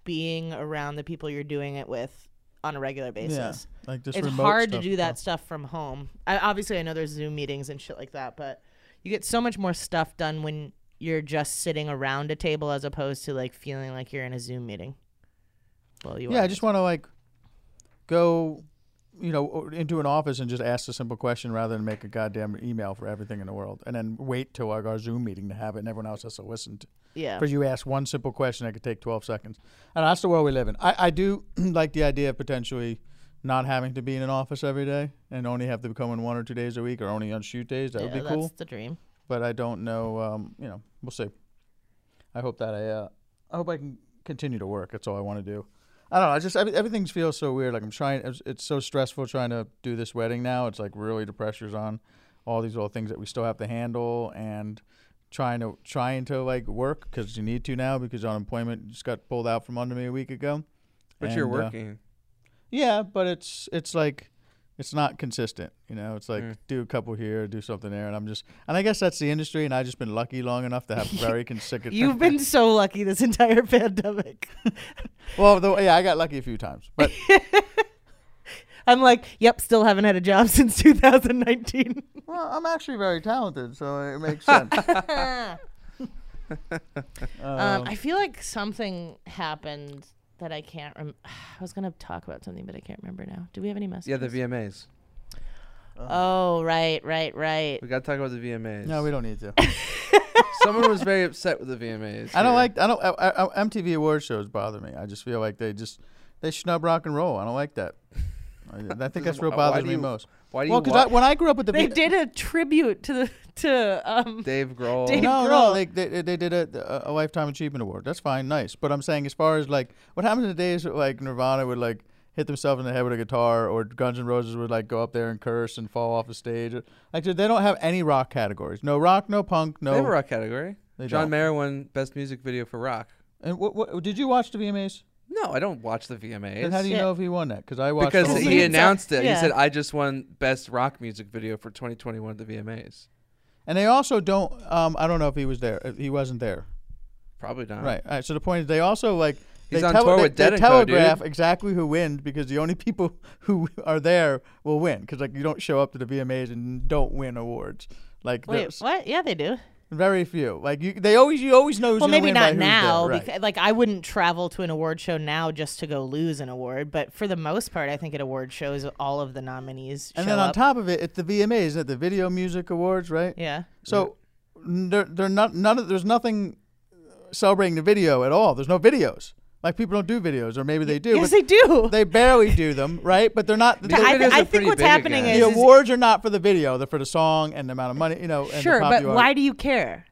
Speaker 6: being around the people you're doing it with on a regular basis.
Speaker 5: Yeah, like just
Speaker 6: it's
Speaker 5: remote
Speaker 6: hard
Speaker 5: stuff,
Speaker 6: to do that
Speaker 5: huh?
Speaker 6: stuff from home. I, obviously, I know there's Zoom meetings and shit like that, but you get so much more stuff done when you're just sitting around a table as opposed to like feeling like you're in a Zoom meeting. Well, you
Speaker 5: Yeah,
Speaker 6: are.
Speaker 5: I just want to like go, you know, o- into an office and just ask a simple question rather than make a goddamn email for everything in the world, and then wait till like our Zoom meeting to have it, and everyone else has to listen. To.
Speaker 6: yeah.
Speaker 5: For you ask one simple question that could take 12 seconds. And that's the world we live in. I, I do like the idea of potentially not having to be in an office every day and only have to come in one or two days a week or only on shoot days. That
Speaker 6: Yeah,
Speaker 5: would be cool.
Speaker 6: That's the dream.
Speaker 5: But I don't know. Um, you know, we'll see. I hope that I, uh, I hope I can continue to work. That's all I want to do. I don't know. I just every- everything feels so weird. Like I'm trying. It's, it's so stressful trying to do this wedding now. It's like really the pressure's on all these little things that we still have to handle and trying to trying to like work because you need to now because unemployment just got pulled out from under me a week ago.
Speaker 3: But you're
Speaker 5: And, uh,
Speaker 3: working.
Speaker 5: yeah, but it's it's like it's not consistent. You know, it's
Speaker 3: Mm.
Speaker 5: like do a couple here, do something there, and I'm just and I guess that's the industry, and I've just been lucky long enough to have very consistent.
Speaker 6: You've been so lucky this entire pandemic.
Speaker 5: well, though, yeah, I got lucky a few times, but
Speaker 6: I'm like, yep, still haven't had a job since 2019.
Speaker 5: well, I'm actually very talented, so it makes sense.
Speaker 6: Um, I feel like something happened that I can't remember. I was going to talk about something, but I can't remember now. Do we have any messages?
Speaker 3: Yeah, the VMAs.
Speaker 6: Oh, right, right, right.
Speaker 3: We gotta talk about the VMAs.
Speaker 5: no, we don't need to.
Speaker 3: Someone was very upset with the VMAs.
Speaker 5: I don't
Speaker 3: here.
Speaker 5: like I don't I, I, I- MTV award shows bother me. I just feel like they just they snub rock and roll. I don't like that. I, I think that's what
Speaker 3: Why
Speaker 5: bothers
Speaker 3: do
Speaker 5: me
Speaker 3: you-
Speaker 5: most.
Speaker 3: Why do
Speaker 5: Well,
Speaker 3: you
Speaker 5: because
Speaker 3: want
Speaker 5: when I grew up with the
Speaker 6: They
Speaker 5: vi-
Speaker 6: did a tribute to the to um
Speaker 3: Dave Grohl?
Speaker 6: Dave-
Speaker 5: No,
Speaker 6: girl.
Speaker 5: no, they, they they did a, a lifetime achievement award. That's fine, nice. But I'm saying, as far as like what happens in the days that, like Nirvana would like hit themselves in the head with a guitar, or Guns N' Roses would like go up there and curse and fall off the stage. Like dude, they don't have any rock categories. No rock, no punk,
Speaker 3: They have a
Speaker 5: no.
Speaker 3: rock category.
Speaker 5: They
Speaker 3: John
Speaker 5: don't.
Speaker 3: Mayer won Best Music Video for Rock.
Speaker 5: And what, what did you watch the VMAs?
Speaker 3: No, I don't watch the
Speaker 5: And how do you
Speaker 3: VMAs.
Speaker 6: Yeah.
Speaker 5: know if he won that? Because I watched the
Speaker 3: Because
Speaker 5: whole
Speaker 6: Because
Speaker 3: he
Speaker 6: it's
Speaker 5: thing.
Speaker 6: a-
Speaker 3: announced it. He
Speaker 6: yeah.
Speaker 3: said, I just won Best Rock Music Video for 2021 at the VMAs.
Speaker 5: and they also don't. Um, I don't know if he was there. If He wasn't there.
Speaker 3: Probably not.
Speaker 5: Right. All right. So the point is, they also like
Speaker 3: He's
Speaker 5: they
Speaker 3: on
Speaker 5: tele-
Speaker 3: tour
Speaker 5: they-
Speaker 3: with
Speaker 5: they
Speaker 3: Dead and Co, dude.
Speaker 5: telegraph exactly who wins because the only people who are there will win because like you don't show up to the VMAs and don't win awards. Like
Speaker 6: Wait,
Speaker 5: there's
Speaker 6: what? Yeah, they do.
Speaker 5: very few. Like you, they always you always know. Who's
Speaker 6: Well,
Speaker 5: gonna
Speaker 6: maybe
Speaker 5: win by
Speaker 6: not
Speaker 5: who's
Speaker 6: now.
Speaker 5: There, right.
Speaker 6: Because, like, I wouldn't travel to an award show now just to go lose an award. But for the most part, I think at award shows, all of the nominees
Speaker 5: and
Speaker 6: show
Speaker 5: then on
Speaker 6: up.
Speaker 5: top of it, it's the VMAs at the Video Music Awards, right?
Speaker 6: yeah.
Speaker 5: So n- they're, they're not none of there's nothing celebrating the video at all. There's no videos. Like people don't do videos, or maybe they do.
Speaker 6: Yes,
Speaker 5: but
Speaker 6: they do.
Speaker 5: they barely do them, right? But they're not.
Speaker 3: The
Speaker 6: I,
Speaker 3: videos
Speaker 6: th- I
Speaker 3: are pretty
Speaker 6: think what's
Speaker 3: big
Speaker 6: happening
Speaker 3: again.
Speaker 6: is,
Speaker 5: the
Speaker 6: is-
Speaker 5: awards are not for the video; they're for the song and the amount of money, you know. And
Speaker 6: sure,
Speaker 5: the pop
Speaker 6: but
Speaker 5: you are.
Speaker 6: why do you care?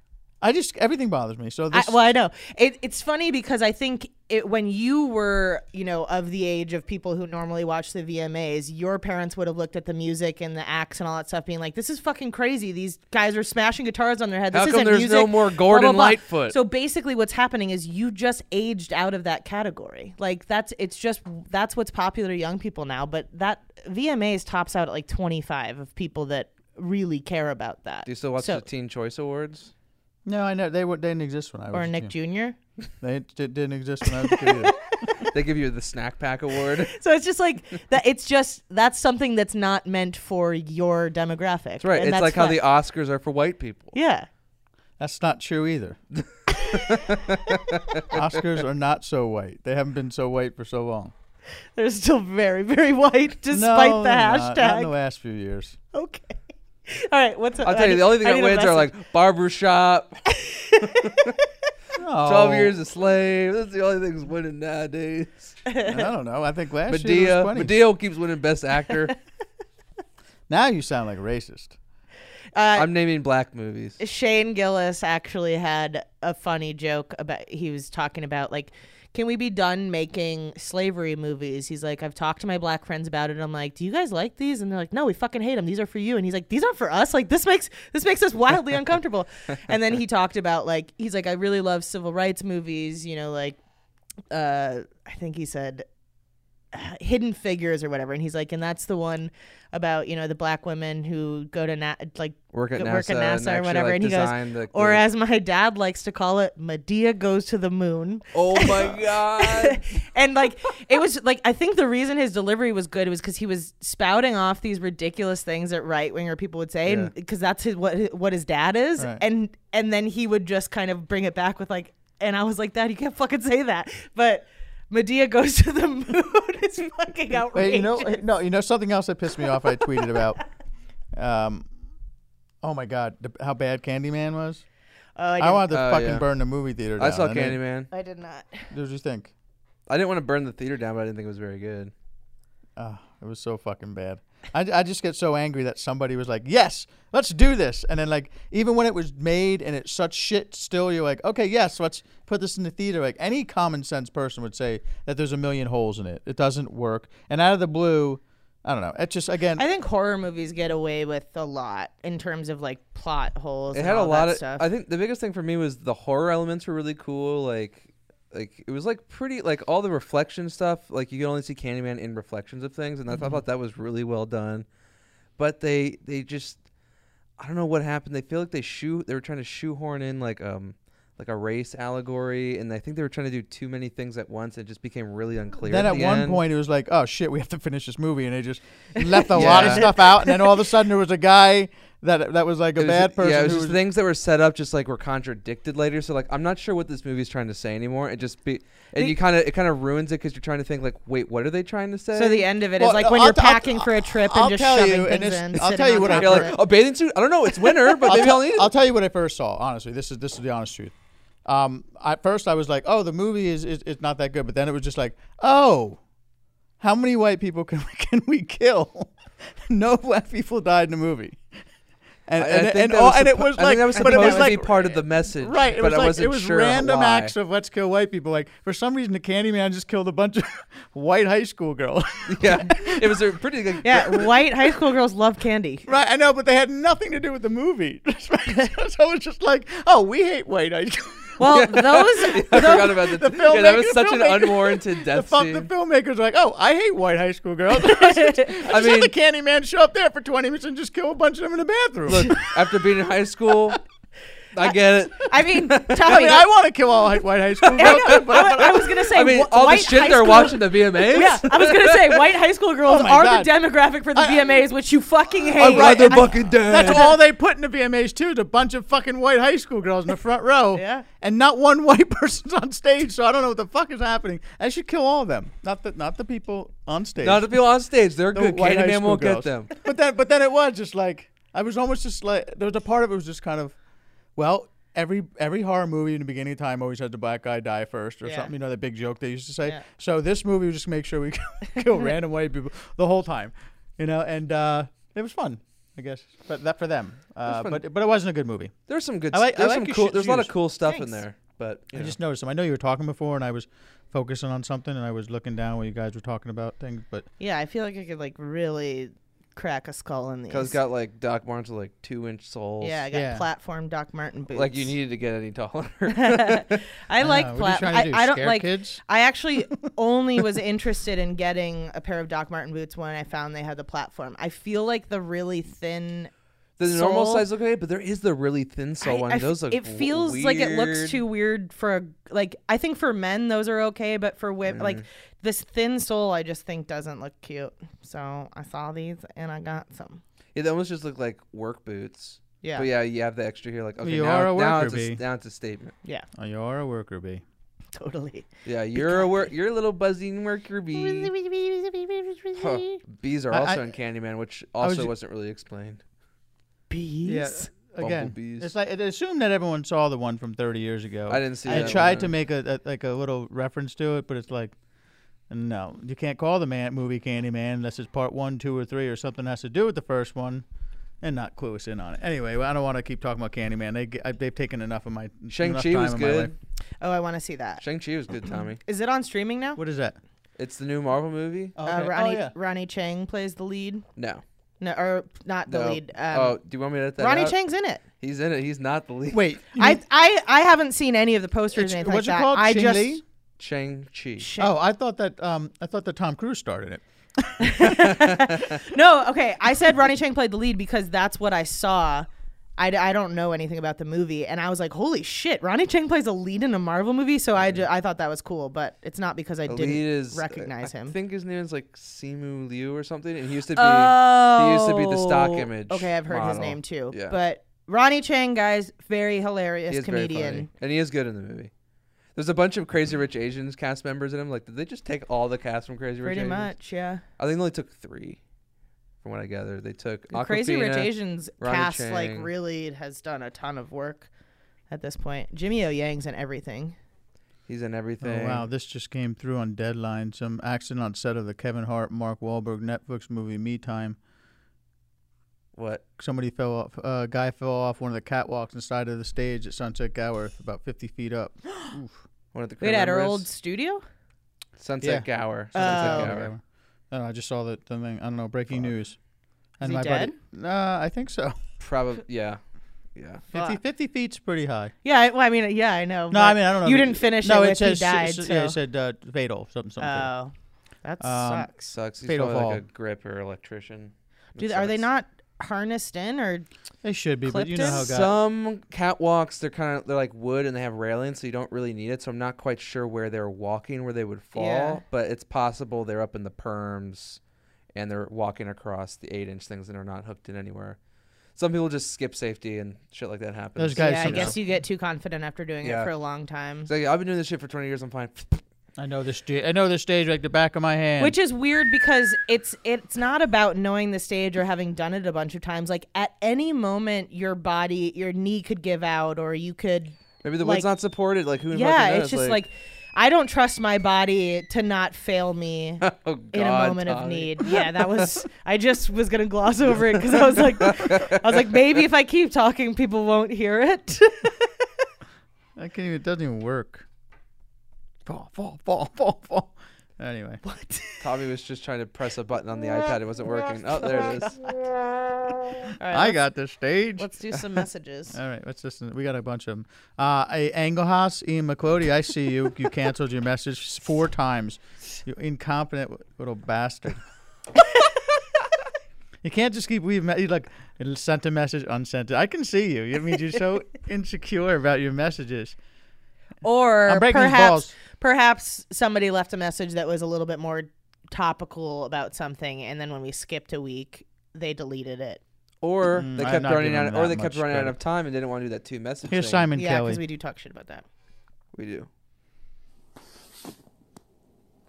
Speaker 5: I just everything bothers me. So
Speaker 6: I,
Speaker 5: this,
Speaker 6: well, I know it, it's funny because I think it, when you were, you know, of the age of people who normally watch the VMAs, your parents would have looked at the music and the acts and all that stuff, being like, "This is fucking crazy. These guys are smashing guitars on their head.
Speaker 3: How
Speaker 6: this
Speaker 3: come
Speaker 6: isn't
Speaker 3: there's
Speaker 6: music."
Speaker 3: no more
Speaker 6: blah,
Speaker 3: Gordon
Speaker 6: blah, blah."
Speaker 3: Lightfoot?
Speaker 6: So basically, what's happening is you just aged out of that category. Like that's it's just that's what's popular to young people now. But that VMAs tops out at like 25 of people that really care about that.
Speaker 3: Do you still watch
Speaker 6: So-
Speaker 3: the Teen Choice Awards?
Speaker 5: no, I know they were they didn't exist when I was.
Speaker 6: or
Speaker 5: a
Speaker 6: Nick
Speaker 5: teen.
Speaker 6: Jr.
Speaker 5: They d- didn't exist when I was a kid. either.
Speaker 3: they give you the Snack Pack Award.
Speaker 6: So it's just like that. It's just that's something that's not meant for your demographic.
Speaker 3: That's right.
Speaker 6: and
Speaker 3: it's like how
Speaker 6: fine.
Speaker 3: the Oscars are for white people.
Speaker 6: yeah.
Speaker 5: That's not true either. Oscars are not so white. They haven't been so white for so long.
Speaker 6: They're still very, very white, despite
Speaker 5: no,
Speaker 6: the
Speaker 5: they're not.
Speaker 6: hashtag.
Speaker 5: Not in the last few years.
Speaker 6: Okay. All right. What's
Speaker 3: I'll tell you, the only thing that wins are like barbershop, 12
Speaker 5: No.
Speaker 3: years a slave. That's the only things winning nowadays.
Speaker 5: I don't know. I think last year there
Speaker 3: Medea.
Speaker 5: was plenty.
Speaker 3: Medea keeps winning Best Actor.
Speaker 5: Now you sound like a racist.
Speaker 6: Uh,
Speaker 3: I'm naming black movies.
Speaker 6: Shane Gillis actually had a funny joke about. He was talking about like. Can we be done making slavery movies? He's like, I've talked to my black friends about it. And I'm like, do you guys like these? And they're like, no, we fucking hate them. These are for you. And he's like, these aren't for us. Like this makes this makes us wildly uncomfortable. And then he talked about like he's like, I really love civil rights movies. You know, like uh, I think he said Hidden Figures or whatever, and he's like, and that's the one about you know the black women who go to na- like
Speaker 3: Work at
Speaker 6: go-
Speaker 3: NASA,
Speaker 6: work at
Speaker 3: and
Speaker 6: NASA
Speaker 3: actually,
Speaker 6: or whatever,
Speaker 3: like,
Speaker 6: and he goes,
Speaker 3: design the-
Speaker 6: or
Speaker 3: the-
Speaker 6: as my dad likes to call it, Medea goes to the moon.
Speaker 3: Oh my god.
Speaker 6: and like it was like I think the reason his delivery was good was because he was spouting off these ridiculous things that right winger people would say,
Speaker 3: Yeah.
Speaker 6: and because that's his, what what his dad is,
Speaker 5: Right.
Speaker 6: and and then he would just kind of bring it back with like, and I was like, Dad, you can't fucking say that, but. Medea goes to the moon. It's fucking outrageous.
Speaker 5: Wait, you know, no, you know something else that pissed me off. I tweeted about. Um, oh my god, the, how bad Candyman was.
Speaker 6: oh, I,
Speaker 5: I,
Speaker 6: didn't-
Speaker 5: wanted to
Speaker 3: Oh,
Speaker 5: fucking
Speaker 3: yeah.
Speaker 5: burn the movie theater. Down.
Speaker 3: I saw
Speaker 5: mean,
Speaker 3: Candyman.
Speaker 6: I did not.
Speaker 5: What did you think?
Speaker 3: I didn't want to burn the theater down, but I didn't think it was very good.
Speaker 5: Oh, it was so fucking bad. I, I just get so angry that somebody was like, "Yes, let's do this," and then like even when it was made and it's such shit, still you're like, "Okay, yes, let's put this in the theater." Like any common sense person would say that there's a million holes in it. It doesn't work. And out of the blue, I don't know. It just again,
Speaker 6: I think horror movies get away with a lot in terms of like plot holes.
Speaker 3: It
Speaker 6: and
Speaker 3: had a
Speaker 6: all
Speaker 3: lot
Speaker 6: that
Speaker 3: of.
Speaker 6: stuff.
Speaker 3: I think the biggest thing for me was the horror elements were really cool. Like, like it was like pretty. Like all the reflection stuff. Like you could only see Candyman in reflections of things, and I
Speaker 6: Mm-hmm.
Speaker 3: thought that was really well done. But they they just, I don't know what happened. They feel like they shoe. They were trying to shoehorn in like um like a race allegory, and I think they were trying to do too many things at once. It just became really unclear.
Speaker 5: Then at
Speaker 3: the
Speaker 5: one
Speaker 3: end.
Speaker 5: point, it was like, oh shit, we have to finish this movie, and they just left a lot of
Speaker 3: Yeah.
Speaker 5: stuff out. And then all of a sudden, there was a guy that that was like a
Speaker 3: It was-
Speaker 5: bad person.
Speaker 3: Yeah, it was
Speaker 5: who
Speaker 3: just
Speaker 5: was-
Speaker 3: things that were set up just like were contradicted later. So like, I'm not sure what this movie's trying to say anymore. It just be, and you kind of it kind of ruins it because you're trying to think like, wait, what are they trying to say?
Speaker 6: So the end of it is
Speaker 5: Well,
Speaker 6: like when
Speaker 5: I'll
Speaker 6: you're
Speaker 5: t- I'll-
Speaker 6: packing for a trip
Speaker 5: I'll
Speaker 6: and just
Speaker 5: tell
Speaker 6: shoving
Speaker 5: you, and
Speaker 6: things
Speaker 5: it's-
Speaker 6: in.
Speaker 5: I'll
Speaker 6: sitting
Speaker 5: tell you
Speaker 6: on
Speaker 5: what I
Speaker 6: top
Speaker 3: You're
Speaker 6: of
Speaker 3: like,
Speaker 6: it.
Speaker 3: a bathing suit. I don't know. It's winter, but
Speaker 5: I'll,
Speaker 3: maybe
Speaker 5: tell-
Speaker 3: I'll need it.
Speaker 5: I'll tell you what I first saw. Honestly, this is this is the honest truth. Um, at first, I was like, oh, the movie is, is is not that good, but then it was just like, oh, how many white people can we, can we kill? no black people died in the movie. And,
Speaker 3: I- I
Speaker 5: and,
Speaker 3: think
Speaker 5: and,
Speaker 3: that
Speaker 5: all-
Speaker 3: was
Speaker 5: and
Speaker 3: suppo-
Speaker 5: it was
Speaker 3: I
Speaker 5: like,
Speaker 3: think that was
Speaker 5: but it
Speaker 3: supposed
Speaker 5: was
Speaker 3: to
Speaker 5: like
Speaker 3: be part of the message,
Speaker 5: Right. It
Speaker 3: but
Speaker 5: was
Speaker 3: I
Speaker 5: like
Speaker 3: wasn't
Speaker 5: it was
Speaker 3: sure
Speaker 5: random
Speaker 3: why.
Speaker 5: acts of let's kill white people. Like for some reason, the Candyman just killed a bunch of white high school girls.
Speaker 3: yeah, it was a pretty good.
Speaker 7: Yeah, white high school girls love candy.
Speaker 5: right. I know, but they had nothing to do with the movie. so it's just like, oh, we hate white high school.
Speaker 7: Well, those
Speaker 3: I forgot about the,
Speaker 5: The
Speaker 3: yeah, that
Speaker 5: filmmaker-
Speaker 3: was such an
Speaker 5: filmmaker-
Speaker 3: unwarranted
Speaker 5: The,
Speaker 3: death
Speaker 5: fu- the
Speaker 3: scene.
Speaker 5: filmmakers are like, oh, I hate white high school girls. I
Speaker 3: I
Speaker 5: mean,
Speaker 3: mean,
Speaker 5: the Candyman show up there for 20 minutes and just kill a bunch of them in the bathroom.
Speaker 3: look, after being in high school, I get it.
Speaker 7: I mean,
Speaker 5: I
Speaker 7: Tommy.
Speaker 5: mean, I want to kill all hi- white high school girls, but,
Speaker 7: I, I was gonna say,
Speaker 3: I mean,
Speaker 7: wh-
Speaker 3: all the
Speaker 7: white
Speaker 3: shit
Speaker 7: high
Speaker 3: they're
Speaker 7: school-
Speaker 3: watching the VMAs.
Speaker 7: Yeah, I was gonna say white high school girls
Speaker 5: Oh my
Speaker 7: are
Speaker 5: God.
Speaker 7: the demographic for the VMAs, which you fucking hate.
Speaker 3: I'd rather
Speaker 7: I-
Speaker 3: fucking die.
Speaker 5: That's all they put in the VMAs too. Is a bunch of fucking white high school girls in the front row.
Speaker 7: Yeah.
Speaker 5: And not one white person's on stage, so I don't know what the fuck is happening. I should kill all of them. Not the not the people on stage.
Speaker 3: Not to be on stage. They're
Speaker 5: the
Speaker 3: good.
Speaker 5: white high
Speaker 3: Candyman
Speaker 5: school
Speaker 3: won't
Speaker 5: girls.
Speaker 3: get them.
Speaker 5: But then but then it was just like I was almost just like there was a part of it was just kind of well. Every every horror movie in the beginning of time always had the black guy die first or something. You know that big joke they used to say. So this movie was just make sure we kill random white people the whole time, you know. And uh, it was fun, I guess, but that for them. Uh,
Speaker 3: fun.
Speaker 5: but but it wasn't a good movie.
Speaker 3: There's some good.
Speaker 5: I like- I
Speaker 3: there's
Speaker 5: like
Speaker 3: some
Speaker 5: your
Speaker 3: cool.
Speaker 5: shoes.
Speaker 3: There's a lot of cool stuff in there, but you
Speaker 5: I
Speaker 3: know.
Speaker 5: just noticed them. I know you were talking before, and I was focusing on something, and I was looking down when you guys were talking about things. But
Speaker 6: Yeah, I feel like I could like really crack a skull in these.
Speaker 3: because got like Doc Martens with like two inch soles.
Speaker 6: yeah, I got
Speaker 5: Yeah.
Speaker 6: platform Doc Martin boots.
Speaker 3: Like you needed to get any taller.
Speaker 6: I like
Speaker 5: know, what are you
Speaker 6: platform.
Speaker 5: trying to do,
Speaker 6: I, I don't
Speaker 5: scare
Speaker 6: like.
Speaker 5: kids?
Speaker 6: I actually only was interested in getting a pair of Doc Martin boots when I found they had the platform. I feel like the really thin.
Speaker 3: the normal
Speaker 6: Sole.
Speaker 3: size look okay, but there is the really thin sole
Speaker 6: I-
Speaker 3: one.
Speaker 6: I f-
Speaker 3: Those look.
Speaker 6: it feels like it
Speaker 3: weird.
Speaker 6: looks too weird for a like. I think for men those are okay, but for women, like this thin sole, I just think doesn't look cute. So I saw these and I got some.
Speaker 3: It almost just looked like work boots.
Speaker 6: Yeah.
Speaker 3: But yeah, you have the extra here. Like okay,
Speaker 5: You
Speaker 3: now,
Speaker 5: are a
Speaker 3: now
Speaker 5: worker
Speaker 3: it's a,
Speaker 5: bee.
Speaker 3: s- now it's a statement.
Speaker 6: Yeah,
Speaker 5: oh, you are a worker bee.
Speaker 6: totally.
Speaker 3: Yeah, you're a wor- you're a little buzzing worker bee. Huh. Bees are
Speaker 5: I-
Speaker 3: also
Speaker 5: I-
Speaker 3: in Candyman, which also
Speaker 5: ju-
Speaker 3: wasn't really explained.
Speaker 6: Bees.
Speaker 5: Again,
Speaker 3: Bumblebees.
Speaker 5: it's like it assumed that everyone saw the one from 30 years ago.
Speaker 3: I didn't see
Speaker 5: I
Speaker 3: that
Speaker 5: tried
Speaker 3: one,
Speaker 5: to
Speaker 3: no.
Speaker 5: make a, a like a little reference to it, but it's like, no, you can't call the man movie Candyman unless it's part one, two, or three, or something has to do with the first one, and not clue us in on it. Anyway, well, I don't want to keep talking about Candyman. They g- I, they've taken enough of my enough
Speaker 3: Shang Chi
Speaker 5: time
Speaker 3: was
Speaker 5: of my life.
Speaker 3: good.
Speaker 6: Oh, I want to see that.
Speaker 3: Shang Chi was good, Tommy.
Speaker 6: Is it on streaming now?
Speaker 5: What is that?
Speaker 3: It's the new Marvel movie.
Speaker 5: Oh,
Speaker 6: Uh, Ronnie Ronnie Chang plays the lead.
Speaker 3: No.
Speaker 6: No, or not the
Speaker 3: No.
Speaker 6: lead. Um,
Speaker 3: oh, do you want me to edit that
Speaker 6: Ronnie
Speaker 3: out?
Speaker 6: Chang's in it.
Speaker 3: He's in it. He's not the lead.
Speaker 5: Wait, you
Speaker 6: I,
Speaker 5: mean-
Speaker 6: I I haven't seen any of the posters or
Speaker 5: it's-
Speaker 6: anything
Speaker 5: what's
Speaker 6: like
Speaker 5: it
Speaker 6: that.
Speaker 5: called?
Speaker 6: I
Speaker 5: Ching
Speaker 6: just
Speaker 5: Lee?
Speaker 3: Shang Chi.
Speaker 5: Oh, I thought that um, I thought that Tom Cruise started it.
Speaker 6: No, okay. I said Ronnie Chang played the lead because that's what I saw. I, d- I don't know anything about the movie, and I was like, "Holy shit!" Ronnie Chang plays a lead in a Marvel movie, so I, ju- I thought that was cool, but it's not because I didn't
Speaker 3: lead is uh,
Speaker 6: recognize
Speaker 3: I,
Speaker 6: him.
Speaker 3: I think his name is like Simu Liu or something, and he used to be he used to be the stock
Speaker 6: Oh,
Speaker 3: image.
Speaker 6: Okay, I've heard his
Speaker 3: model.
Speaker 6: name too.
Speaker 3: Yeah.
Speaker 6: But Ronnie Chang, guys, very
Speaker 3: he
Speaker 6: hilarious
Speaker 3: is very
Speaker 6: comedian.
Speaker 3: funny. and he is good in the movie. There's a bunch of Crazy Rich Asians cast members in him. Like, did they just take all the cast from Crazy Rich
Speaker 6: Pretty
Speaker 3: Asians?
Speaker 6: much, yeah.
Speaker 3: I think they only took three, from what I gathered. They took
Speaker 6: The Crazy Rich
Speaker 3: Awkwafina,
Speaker 6: Asians
Speaker 3: Ronnie
Speaker 6: cast like
Speaker 3: Chang.
Speaker 6: really has done a ton of work at this point. Jimmy O Yang's in everything.
Speaker 3: He's in
Speaker 5: Oh,
Speaker 3: everything.
Speaker 5: wow, this just came through on Deadline. Some accident on set of the Kevin Hart, Mark Wahlberg Netflix movie Me Time.
Speaker 3: What?
Speaker 5: Somebody fell off. A guy fell off one of the catwalks inside of the stage at Sunset Gower, about 50 feet up.
Speaker 3: One of the crew
Speaker 6: Wait, at our
Speaker 3: members?
Speaker 6: old Oh, studio?
Speaker 3: Sunset
Speaker 5: Yeah.
Speaker 3: Gower.
Speaker 5: I don't
Speaker 3: Sunset Gower.
Speaker 5: know. I don't know, I just saw the, the thing. I don't know. Breaking news.
Speaker 6: he
Speaker 5: buddy- Nah, I think so.
Speaker 3: Probably. Yeah. Yeah.
Speaker 5: 50, 50 feet's pretty high.
Speaker 6: Yeah, I, well, I mean, yeah, I know.
Speaker 5: No,
Speaker 6: but
Speaker 5: I mean I don't know.
Speaker 6: You
Speaker 5: if
Speaker 6: didn't finish
Speaker 5: no,
Speaker 6: it.
Speaker 5: it
Speaker 6: with
Speaker 5: says
Speaker 6: he died.
Speaker 5: s- yeah, it
Speaker 6: so-
Speaker 5: said uh, fatal something something.
Speaker 6: oh, that
Speaker 5: Um,
Speaker 6: sucks.
Speaker 3: Sucks. He's
Speaker 5: Fatal
Speaker 3: probably like a
Speaker 5: Fall.
Speaker 3: grip or electrician.
Speaker 6: Do
Speaker 3: It
Speaker 6: they- are they
Speaker 3: sucks.
Speaker 6: not harnessed in or?
Speaker 5: They should be, but you know
Speaker 6: Clifton?
Speaker 5: how guys.
Speaker 3: Some catwalks, they're kind of they're like wood and they have railings, so you don't really need it. So I'm not quite sure where they're walking, where they would fall,
Speaker 6: Yeah.
Speaker 3: but it's possible they're up in the perms, and they're walking across the eight inch things and are not hooked in anywhere. Some people just skip safety and shit like that happens.
Speaker 5: Those guys
Speaker 6: Yeah, I
Speaker 5: should know.
Speaker 6: guess you get too confident after doing
Speaker 3: Yeah.
Speaker 6: it for a long time.
Speaker 3: It's like, I've been doing this shit for 20 years. I'm fine.
Speaker 5: I know this. Sta- I know this stage like the back of my hand.
Speaker 6: Which is weird because it's it's not about knowing the stage or having done it a bunch of times. Like at any moment, your body, your knee could give out, or you could.
Speaker 3: Maybe the
Speaker 6: Like-
Speaker 3: wood's not supported. Like who?
Speaker 6: yeah,
Speaker 3: fucking
Speaker 6: it's
Speaker 3: knows?
Speaker 6: just like, I don't trust my body to not fail me
Speaker 3: oh,
Speaker 6: in a
Speaker 3: God,
Speaker 6: moment of
Speaker 3: Tommy.
Speaker 6: need. Yeah, that was. I just was gonna gloss over it because I was like, I was like, maybe if I keep talking, people won't hear it.
Speaker 5: I can't even. It doesn't even work. Fall, fall, fall, fall, fall. Anyway,
Speaker 3: Tommy was just trying to press a button on the iPad. It wasn't working. Oh, there it is.
Speaker 5: I got this stage.
Speaker 6: Let's do some messages.
Speaker 5: All right, let's listen. We got a bunch of them. Uh, I- Engelhaus, Ian McClody, I see you. You canceled your message four times. You incompetent w- little bastard. you can't just keep leaving. You like it'll sent a message, unsent it. I can see you. I mean, you're so insecure about your messages.
Speaker 6: Or
Speaker 5: I'm breaking his
Speaker 6: perhaps
Speaker 5: balls.
Speaker 6: perhaps somebody left a message that was a little bit more topical about something, and then when we skipped a week, they deleted it.
Speaker 3: Or they
Speaker 5: I have Mm,
Speaker 3: kept
Speaker 5: not
Speaker 3: running
Speaker 5: given
Speaker 3: out,
Speaker 5: him
Speaker 3: or
Speaker 5: that
Speaker 3: they kept
Speaker 5: much
Speaker 3: running out
Speaker 5: credit.
Speaker 3: of time and didn't want to do that two message.
Speaker 5: Here's
Speaker 3: thing.
Speaker 5: Simon
Speaker 6: Yeah,
Speaker 5: Kelly.
Speaker 6: because we do talk shit about that.
Speaker 3: We do.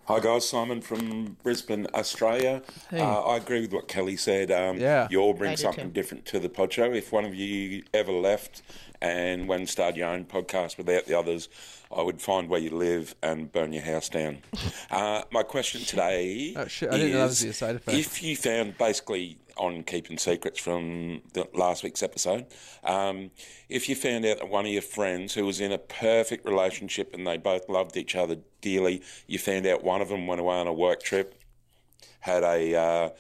Speaker 8: Hi guys, Simon from Brisbane, Australia. Uh, I agree with what Kelly said. Um,
Speaker 3: Yeah.
Speaker 8: You all
Speaker 6: I
Speaker 8: bring
Speaker 6: do
Speaker 8: something
Speaker 6: too.
Speaker 8: different to the pod show. If one of you ever left and went and started your own podcast without the others, I would find where you live and burn your house down. uh, my question today
Speaker 3: Oh, shit, I didn't know that was
Speaker 8: is
Speaker 3: a side effect.
Speaker 8: if you found basically on keeping secrets from the last week's episode, um, if you found out that one of your friends who was in a perfect relationship and they both loved each other dearly, you found out one of them went away on a work trip, had a uh,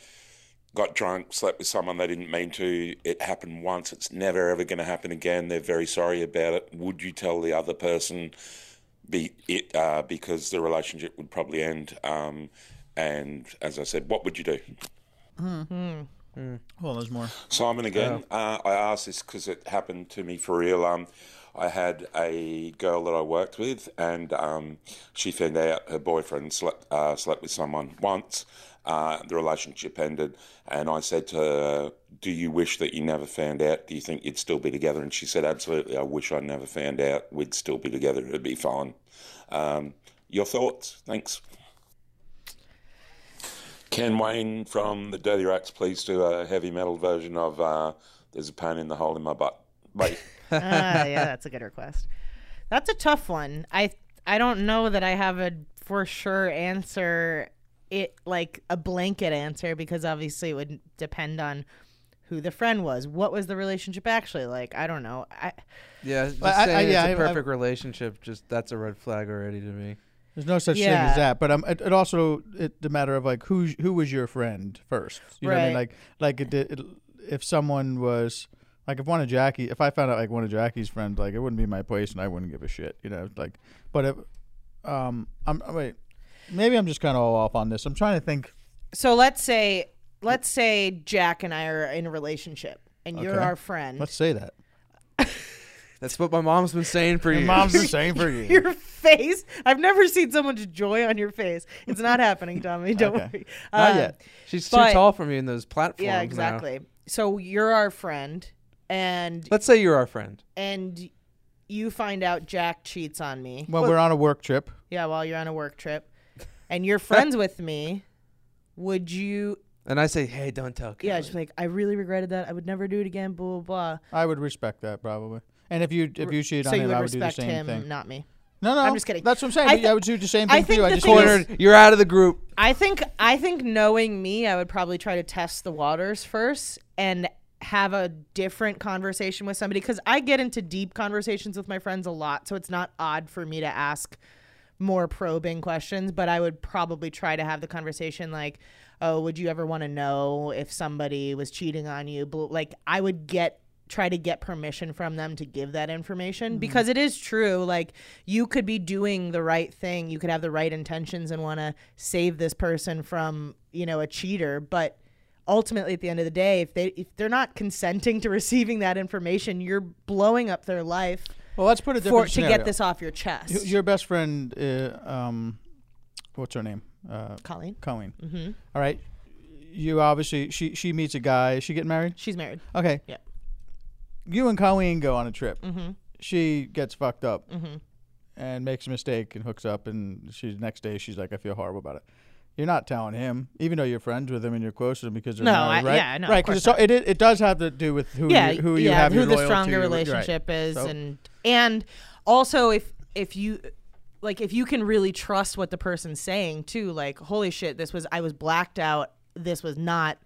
Speaker 8: got drunk, slept with someone they didn't mean to. It happened once. It's never ever going to happen again. They're very sorry about it. Would you tell the other person? Be it uh, because the relationship would probably end. Um, and as I said, what would you do?
Speaker 5: Well, there's more.
Speaker 8: Simon again. Uh, I asked this because it happened to me for real. Um, I had a girl that I worked with, and um, she found out her boyfriend slept uh, slept with someone once. Uh, the relationship ended, and I said to her, "Do you wish that you never found out? Do you think you'd still be together?" And she said, "Absolutely. I wish I never found out. We'd still be together. It'd be fine." Um, your thoughts? Thanks. Ken Wayne from the Dirty Rats, please do a heavy metal version of uh, "There's a Pain in the Hole in My Butt." Bye.
Speaker 6: Ah, yeah, that's a good request. That's a tough one. I I don't know that I have a for sure answer. It like a blanket answer because obviously it would depend on who the friend was. What was the relationship actually like? I don't know. I
Speaker 3: Yeah, just
Speaker 5: I- I-
Speaker 3: saying
Speaker 5: yeah, I- I-
Speaker 3: it's a perfect relationship. Just that's a red flag already to me.
Speaker 5: There's no such thing
Speaker 6: Yeah.
Speaker 5: as that. But um, it, it also it, the matter of like who who was your friend first. You know what I mean?
Speaker 6: Right.
Speaker 5: Like like it, did- it, if someone was like if one of Jackie if I found out like one of Jackie's friends like it wouldn't be my place and I wouldn't give a shit. You know like but if um, I'm I- wait. Maybe I'm just kind of all off on this. I'm trying to think.
Speaker 6: So let's say let's say Jack and I are in a relationship and you're
Speaker 5: Okay.
Speaker 6: our friend.
Speaker 5: Let's say that.
Speaker 3: That's what my mom's been saying for years.
Speaker 5: Mom's the same for you.
Speaker 6: your face. I've never seen so much joy on your face. It's not happening, Tommy. Don't
Speaker 5: Okay.
Speaker 6: worry.
Speaker 5: Not
Speaker 6: Um,
Speaker 5: yet.
Speaker 3: She's
Speaker 6: But-
Speaker 3: too tall for me in those platforms.
Speaker 6: Yeah,
Speaker 3: now.
Speaker 6: exactly. So you're our friend and
Speaker 3: Let's say you're our friend.
Speaker 6: and you find out Jack cheats on me.
Speaker 5: Well, we're on a work trip.
Speaker 6: Yeah, while you're on a work trip and you're friends with me, would you
Speaker 3: And I say, hey, don't tell Kelly.
Speaker 6: Yeah, just like I really regretted that. I would never do it again, blah blah blah.
Speaker 5: I would respect that probably. And if you if you cheat
Speaker 6: So
Speaker 5: on
Speaker 6: you
Speaker 5: him,
Speaker 6: would
Speaker 5: I would do the
Speaker 6: respect
Speaker 5: same
Speaker 6: him,
Speaker 5: thing.
Speaker 6: not me.
Speaker 5: No, no,
Speaker 6: I'm just kidding.
Speaker 5: That's what I'm saying.
Speaker 6: I
Speaker 5: I,
Speaker 6: thi-
Speaker 5: would do the same
Speaker 6: I
Speaker 5: thing
Speaker 6: think
Speaker 5: for you. I
Speaker 6: the
Speaker 5: just
Speaker 6: thing is-
Speaker 3: Cornered. You're out of the group.
Speaker 6: I think I think knowing me, I would probably try to test the waters first and have a different conversation with somebody because I get into deep conversations with my friends a lot, so it's not odd for me to ask more probing questions, but I would probably try to have the conversation like, "Oh, would you ever want to know if somebody was cheating on you?" Bl- Like I would get try to get permission from them to give that
Speaker 5: Mm-hmm.
Speaker 6: information because it is true like you could be doing the right thing, you could have the right intentions and want to save this person from, you know, a cheater, but ultimately at the end of the day if they if they're not consenting to receiving that information you're blowing up their life
Speaker 5: well, let's put a
Speaker 6: for
Speaker 5: different
Speaker 6: to
Speaker 5: scenario.
Speaker 6: get this off your chest
Speaker 5: Y- Your best friend, uh, um, what's her name? Uh,
Speaker 6: colleen
Speaker 5: Colleen. Mm-hmm. right. You obviously she she meets a guy. Is she getting married?
Speaker 6: she's married
Speaker 5: Okay.
Speaker 6: Yeah.
Speaker 5: You and Colleen go on a trip. Mm-hmm. She gets fucked up
Speaker 6: Mm-hmm.
Speaker 5: and makes a mistake and hooks up, and she next day she's like, "I feel horrible about it." You're not telling him, even though you're friends with him and you're close to him because they're
Speaker 6: No, I-
Speaker 5: married, right?
Speaker 6: yeah, no, of
Speaker 5: right,
Speaker 6: course
Speaker 5: because it, it does have to do with who
Speaker 6: yeah,
Speaker 5: you, who you
Speaker 6: yeah,
Speaker 5: have
Speaker 6: who
Speaker 5: your
Speaker 6: the
Speaker 5: loyalty
Speaker 6: stronger
Speaker 5: with, right.
Speaker 6: relationship is,
Speaker 5: So-
Speaker 6: and and also if if you like if you can really trust what the person's saying too, like holy shit, this was I was blacked out, this was not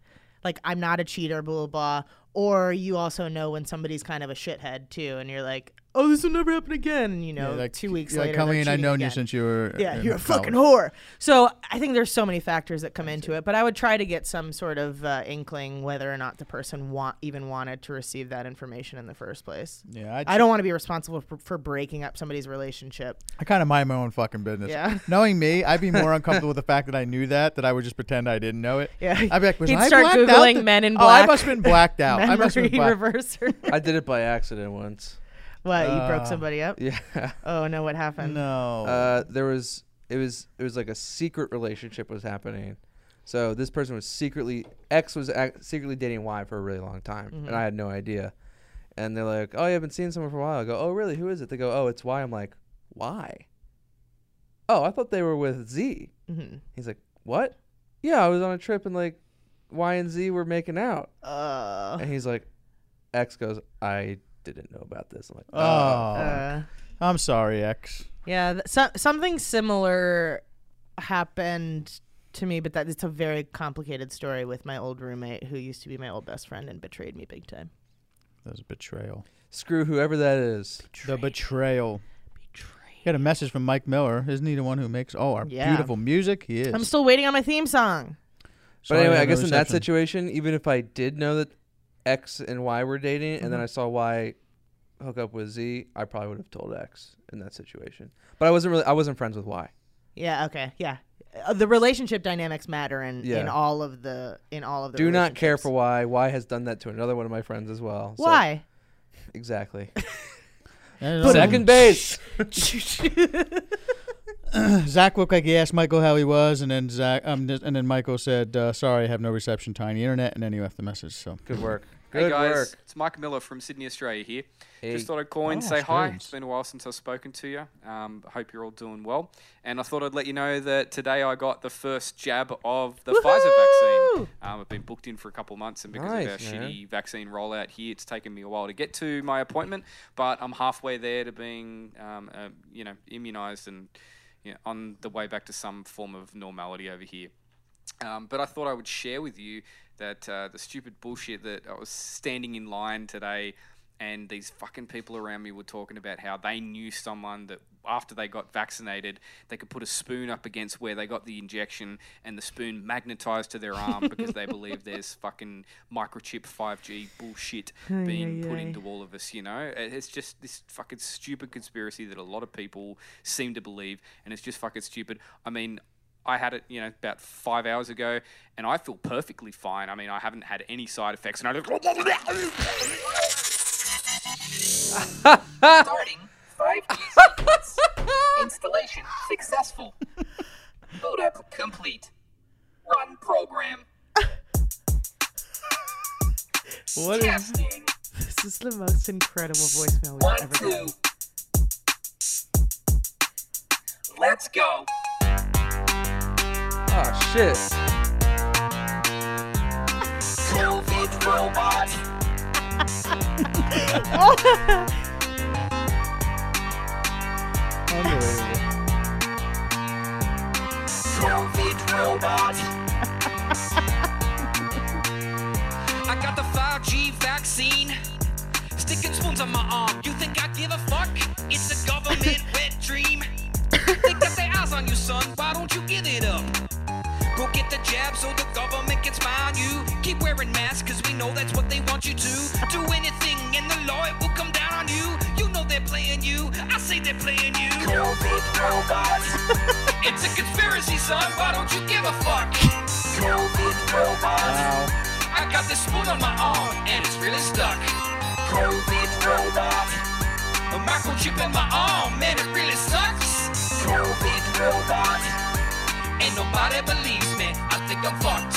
Speaker 6: like I'm not a cheater, blah blah. blah. Or you also know when somebody's kind of a shithead too, and you're like, oh, this will never happen again. And you know,
Speaker 5: like,
Speaker 6: two weeks
Speaker 5: you're
Speaker 6: later,
Speaker 5: like,
Speaker 6: they're
Speaker 5: Colleen, I've
Speaker 6: cheating
Speaker 5: known you
Speaker 6: again."
Speaker 5: since you were
Speaker 6: Yeah,
Speaker 5: in
Speaker 6: you're a
Speaker 5: college."
Speaker 6: fucking whore. So I think there's so many factors that come into it, but I would try to get some sort of uh, inkling whether or not the person want even wanted to receive that information in the first place.
Speaker 5: Yeah, I'd
Speaker 6: I don't want to be responsible for, for breaking up somebody's relationship.
Speaker 5: I kind of mind my own fucking business.
Speaker 6: Yeah.
Speaker 5: Knowing me, I'd be more uncomfortable with the fact that I knew that, that I would just pretend I didn't know it.
Speaker 6: Yeah.
Speaker 5: I'd be like, was
Speaker 6: He'd
Speaker 5: I
Speaker 6: start
Speaker 5: blacked out
Speaker 6: Googling
Speaker 5: th-
Speaker 6: men in
Speaker 5: Oh, I
Speaker 6: black
Speaker 5: must have been blacked out. I must have
Speaker 6: Memory
Speaker 5: been blacked
Speaker 6: reverser.
Speaker 3: I did it by accident once.
Speaker 6: what? You broke somebody up?
Speaker 3: Yeah.
Speaker 6: Oh no! What happened?
Speaker 5: Uh, No.
Speaker 3: Uh, there was it was it was like a secret relationship was happening. So this person was secretly X was ac- secretly dating Y for a really long time, and I had no idea. And they're like, "Oh, you haven't seen someone for a while." I go, "Oh, really? Who is it?" They go, "Oh, it's Y." I'm like, "Why?" Oh, I thought they were with Z.
Speaker 6: Mhm.
Speaker 3: He's like, "What?" Yeah, I was on a trip and like Y and Z were making out,
Speaker 6: Uh,
Speaker 3: and he's like, "X goes, I didn't know about this." I'm like,
Speaker 5: oh.
Speaker 3: "Oh,
Speaker 6: uh,
Speaker 5: I'm sorry, X.
Speaker 6: yeah. Th- so, something similar happened to me, but that it's a very complicated story with my old roommate who used to be my old best friend and betrayed me big time.
Speaker 5: That was a betrayal.
Speaker 3: screw whoever that is."
Speaker 5: The betrayal. Got a message from Mike Miller. Isn't he the one who makes all our
Speaker 6: Yeah.
Speaker 5: beautiful music? He is.
Speaker 6: I'm still waiting on my theme song.
Speaker 3: But
Speaker 5: Sorry
Speaker 3: anyway,
Speaker 5: on
Speaker 3: I
Speaker 5: the
Speaker 3: guess in that
Speaker 5: reception.
Speaker 3: situation, even if I did know that X and Y were dating, and then I saw Y hook up with Z, I probably would have told X in that situation. But I wasn't really, I wasn't friends with Y.
Speaker 6: Yeah. Okay. Yeah. Uh, the relationship dynamics matter in, in
Speaker 3: Yeah.
Speaker 6: all of the in all of the.
Speaker 3: Do not care
Speaker 6: relationships.
Speaker 3: for Y. Y has done that to another one of my friends as well. So-
Speaker 6: why.
Speaker 3: exactly.
Speaker 5: And
Speaker 3: Second base.
Speaker 5: Zach looked like he asked Michael how he was, and then Zach, um, and then Michael said, uh, "Sorry, I have no reception, tiny internet," and then you left the message. So
Speaker 3: Good work. Good
Speaker 9: Hey guys,
Speaker 3: work.
Speaker 9: it's Mike Miller from Sydney, Australia here.
Speaker 3: Hey.
Speaker 9: Just thought I'd call in,
Speaker 5: Oh,
Speaker 9: say hi.
Speaker 5: Australians.
Speaker 9: It's been a while since I've spoken to you. Um, I hope you're all doing well. And I thought I'd let you know that today I got the first jab of the Pfizer vaccine. Um, I've been booked in for a couple months, and because
Speaker 3: Nice,
Speaker 9: of our
Speaker 3: man.
Speaker 9: shitty vaccine rollout here, it's taken me a while to get to my appointment. But I'm halfway there to being, um, uh, you know, immunised and you know, on the way back to some form of normality over here. Um, but I thought I would share with you that uh, the stupid bullshit that I was standing in line today and these fucking people around me were talking about how they knew someone that after they got vaccinated, they could put a spoon up against where they got the injection, and the spoon magnetized to their arm because they believe there's fucking microchip 5G bullshit being put into all of us. You know, It- it's just this fucking stupid conspiracy that a lot of people seem to believe, and it's just fucking stupid. I mean, I had it, you know, about five hours ago, and I feel perfectly fine. I mean, I haven't had any side effects, and I just.
Speaker 10: Starting 5G sequence. Installation successful. Boot up complete. Run program.
Speaker 5: What is?
Speaker 10: Testing.
Speaker 6: This is the most incredible voicemail
Speaker 10: One,
Speaker 6: we've ever gotten.
Speaker 10: two. Let's go.
Speaker 3: Oh shit.
Speaker 10: COVID robot.
Speaker 5: Unbelievable.
Speaker 10: COVID robot.
Speaker 4: I got the 5G vaccine. Sticking spoons on my arm. You think I give a fuck? It's a government wet dream. They got their eyes on you, son. Why don't you give it up? Go get the jab so the government can spy on you. Keep wearing masks, cause we know that's what they want you to. Do anything and the law it will come down on you. You know they're playing you. I say they're playing you.
Speaker 10: COVID robot.
Speaker 4: It's a conspiracy, son. Why don't you give a fuck?
Speaker 10: COVID robot.
Speaker 5: Wow.
Speaker 4: I got this spoon on my arm and it's really stuck.
Speaker 10: COVID robot.
Speaker 4: A microchip in my arm, man, it really sucks.
Speaker 10: COVID robot.
Speaker 4: Ain't nobody believes me. I think I'm fucked.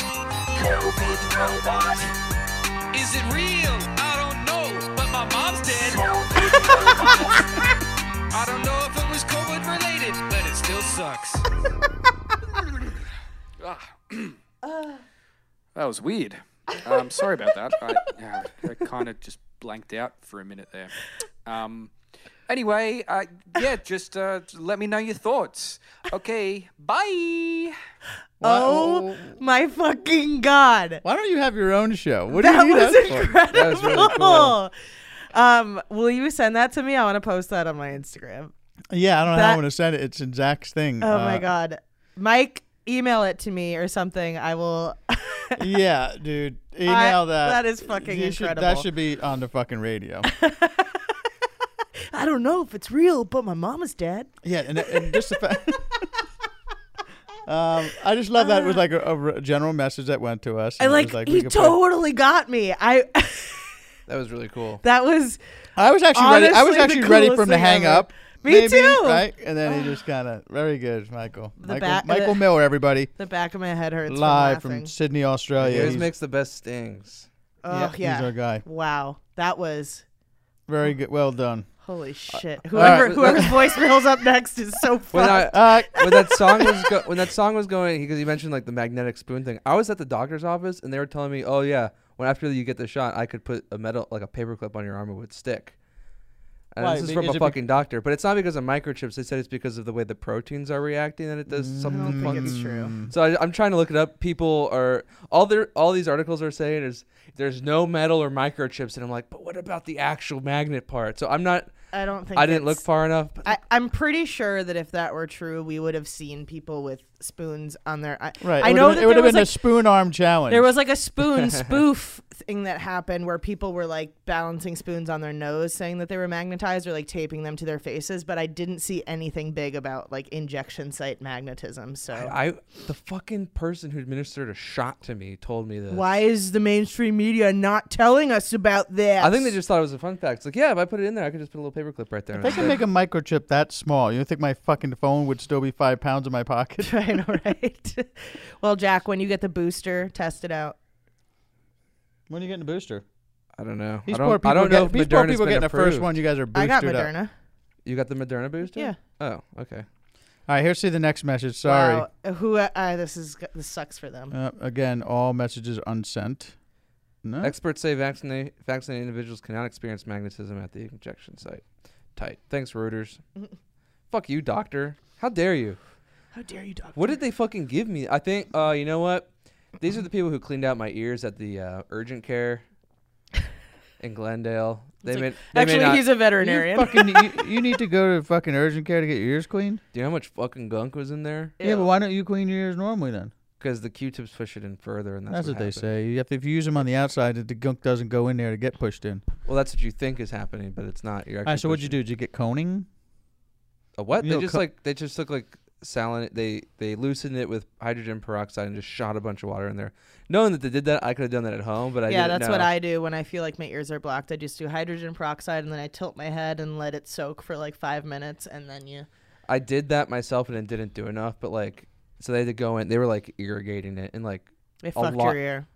Speaker 10: COVID robot.
Speaker 4: Is it real? I don't know. But my mom's dead.
Speaker 10: COVID
Speaker 4: I don't know if it was COVID related, but it still sucks. Ah. that was weird. Um, sorry about that. I, yeah, I kind of just blanked out for a minute there. Um, anyway, uh, yeah, just uh, let me know your thoughts. Okay, bye.
Speaker 6: Oh my fucking god.
Speaker 5: Why don't you have your own show? What
Speaker 6: That
Speaker 5: do you need
Speaker 6: was
Speaker 5: us for?
Speaker 6: incredible.
Speaker 3: That was really cool.
Speaker 6: Um, will you send that to me? I want to post that on my Instagram.
Speaker 5: Yeah, I don't know how
Speaker 6: That-
Speaker 5: I'm gonna send it. It's in Zach's thing.
Speaker 6: Oh
Speaker 5: Uh,
Speaker 6: my god. Mike, email it to me or something. I will
Speaker 5: Yeah, dude. Email that.
Speaker 6: that is fucking
Speaker 5: You should- that
Speaker 6: incredible.
Speaker 5: should be on the fucking radio.
Speaker 6: I don't know if it's real, but my mom is dead.
Speaker 5: yeah, and, and just the fact. um, I just love that it was like a, a r- general message that went to us.
Speaker 6: I
Speaker 5: and it
Speaker 6: like,
Speaker 5: was we
Speaker 6: he
Speaker 5: could put-
Speaker 6: totally got me. I
Speaker 3: That was really cool.
Speaker 6: that was
Speaker 5: I was actually ready. I was
Speaker 6: honestly the
Speaker 5: actually ready for him
Speaker 6: coolest
Speaker 5: to
Speaker 6: thing
Speaker 5: hang
Speaker 6: ever.
Speaker 5: up.
Speaker 6: Me
Speaker 5: maybe,
Speaker 6: too.
Speaker 5: Right, and then he just kind of very good, Michael. Michael,
Speaker 6: back-
Speaker 5: Michael
Speaker 6: the-
Speaker 5: Miller, everybody,
Speaker 6: the back of my head hurts. from,
Speaker 5: live from
Speaker 6: laughing.
Speaker 5: Sydney, Australia.
Speaker 3: He always
Speaker 5: He's-
Speaker 3: makes the best stings.
Speaker 6: Oh yeah.
Speaker 5: yeah, he's our guy.
Speaker 6: Wow. That was
Speaker 5: Very good. Well done.
Speaker 6: holy shit. Whoever whoever's voicemail's up next is so
Speaker 3: When
Speaker 6: fucked.
Speaker 3: I
Speaker 5: Uh,
Speaker 3: when that song was go- when that song was going because you mentioned like the magnetic spoon thing. I was at the doctor's office and they were telling me, "Oh yeah, when after you get the shot, I could put a metal like a paper clip on your arm it would stick." And
Speaker 5: Why?
Speaker 3: this is
Speaker 5: Be-
Speaker 3: from
Speaker 5: is
Speaker 3: a
Speaker 5: it be-
Speaker 3: fucking doctor, but it's not because of microchips. They said it's because of the way the proteins are reacting and it does
Speaker 5: Mm,
Speaker 3: something.
Speaker 6: I don't think it's
Speaker 3: funky.
Speaker 6: true.
Speaker 3: So I, I'm trying to look it up. People are all their all these articles are saying is there's no metal or microchips, and I'm like, but what about the actual magnet part? So I'm not.
Speaker 6: I don't think
Speaker 3: I didn't look
Speaker 6: it's-
Speaker 3: far enough. But
Speaker 6: I, I'm pretty sure that if that were true, we would have seen people with spoons on their. I,
Speaker 5: Right.
Speaker 6: I
Speaker 5: it
Speaker 6: know
Speaker 5: would've-
Speaker 6: that
Speaker 5: it would
Speaker 6: there
Speaker 5: have
Speaker 6: was
Speaker 5: been a
Speaker 6: like,
Speaker 5: spoon arm challenge.
Speaker 6: there was like a spoon spoof thing that happened where people were like balancing spoons on their nose, saying that they were magnetized or like taping them to their faces. But I didn't see anything big about like injection site magnetism. So
Speaker 3: I the fucking person who administered a shot to me told me this.
Speaker 6: why is the mainstream media not telling us about this?
Speaker 3: I think they just thought it was a fun fact. It's like, yeah, if I put it in there, I could just put a little paper clip right there.
Speaker 5: If I
Speaker 3: and
Speaker 5: can
Speaker 3: it's
Speaker 5: make a microchip that small, you don't think my fucking phone would still be five pounds in my pocket?
Speaker 6: I know, right? well, Jack, when you get the booster, test it out.
Speaker 5: When are you getting a booster?
Speaker 3: like- I don't know.
Speaker 5: These
Speaker 3: I don't,
Speaker 5: poor people
Speaker 3: I don't know
Speaker 5: get- these
Speaker 3: if
Speaker 5: poor
Speaker 3: Moderna's
Speaker 5: people
Speaker 3: been
Speaker 5: getting the first
Speaker 3: approved.
Speaker 5: one. You guys are boosted
Speaker 6: I got
Speaker 5: up.
Speaker 6: Moderna.
Speaker 3: You got the Moderna booster?
Speaker 6: Yeah.
Speaker 3: Oh, okay.
Speaker 5: All right, here's to the next message. Sorry.
Speaker 6: Wow. Who? Uh, this is this sucks for them.
Speaker 5: Uh, again, all messages unsent. No.
Speaker 3: Experts say vaccinated vaccinated individuals cannot experience magnetism at the injection site. Tight. Thanks, Reuters. Fuck you, doctor. How dare you?
Speaker 6: How dare you, dog?
Speaker 3: What did they fucking give me? I think. Uh, you know what? These are the people who cleaned out my ears at the uh, urgent care in Glendale. They may, they may
Speaker 11: Actually,
Speaker 3: not-
Speaker 11: he's a
Speaker 5: You,
Speaker 11: veterinarian.
Speaker 5: fucking, you, you need to go to fucking urgent care to get your ears cleaned.
Speaker 3: Do you know how much fucking gunk was in there?
Speaker 5: Yeah, but why don't you clean your ears normally then?
Speaker 3: Because the Q-tips push it in further, and that's,
Speaker 5: That's, what, they
Speaker 3: happened.
Speaker 5: say. You have to, if you use them on the outside, the gunk doesn't go in there to get pushed in.
Speaker 3: Well, that's what you think is happening, but it's not. You're
Speaker 5: All
Speaker 3: actually.
Speaker 5: right, so what'd you
Speaker 3: pushing-
Speaker 5: do? Did you get coning?
Speaker 3: A what?
Speaker 5: You
Speaker 3: They
Speaker 5: know,
Speaker 3: just
Speaker 5: co-
Speaker 3: like they just look like saline. They they loosened it with hydrogen peroxide and just shot a bunch of water in there. Knowing that they did that, I could have done that at home, but I
Speaker 6: yeah,
Speaker 3: didn't
Speaker 6: that's what
Speaker 3: know.
Speaker 6: I do when I feel like my ears are blocked. I just do hydrogen peroxide and then I tilt my head and let it soak for like five minutes and then you.
Speaker 3: I did that myself and it didn't do enough, but like so they had to go in. They were like irrigating it and like
Speaker 6: It
Speaker 3: A
Speaker 6: fucked
Speaker 3: lot-
Speaker 6: your ear.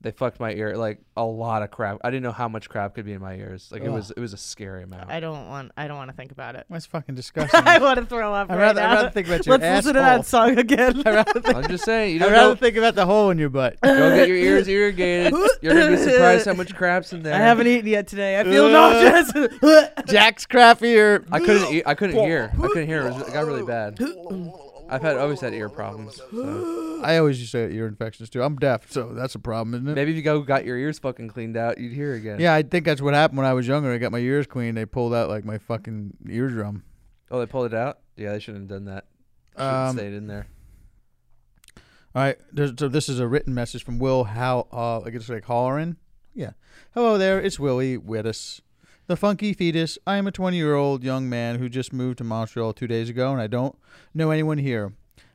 Speaker 3: they fucked my ear like a lot of crap. I didn't know how much crap could be in my ears. Like it was it was a scary amount.
Speaker 6: I don't want. I don't want to think about it.
Speaker 5: That's fucking disgusting.
Speaker 6: I want to throw up
Speaker 5: I'd
Speaker 6: right
Speaker 5: rather,
Speaker 6: now.
Speaker 5: I'd rather think about your
Speaker 6: Let's
Speaker 5: asshole.
Speaker 6: listen to that song again.
Speaker 5: I'd rather, think,
Speaker 3: I'm just saying you
Speaker 5: I'd
Speaker 3: don't
Speaker 5: rather
Speaker 3: know.
Speaker 5: think about the hole in your butt.
Speaker 3: Go get your ears irrigated. You're gonna be surprised how much crap's in there.
Speaker 11: I haven't eaten yet today. I
Speaker 5: Uh.
Speaker 11: feel nauseous.
Speaker 5: Jack's crappy ear.
Speaker 3: I couldn't. eat- I couldn't hear. I couldn't hear. It, was, it got really bad. I've had always had ear problems. so.
Speaker 5: I always used to get ear infections too. I'm deaf, so that's a problem, isn't it?
Speaker 3: Maybe if you go got your ears fucking cleaned out, you'd hear again.
Speaker 5: Yeah, I think that's what happened when I was younger. I got my ears cleaned. They pulled out like my fucking eardrum.
Speaker 3: Oh, they pulled it out. Yeah, they shouldn't have done that. Should have
Speaker 5: Um,
Speaker 3: stayed in there.
Speaker 5: All right. There's, so this is a written message from Will How uh, I guess like Hollering. Yeah. Hello there. It's Willie Wittis, the funky fetus. I am a 20 year old young man who just moved to Montreal two days ago, and I don't know anyone here.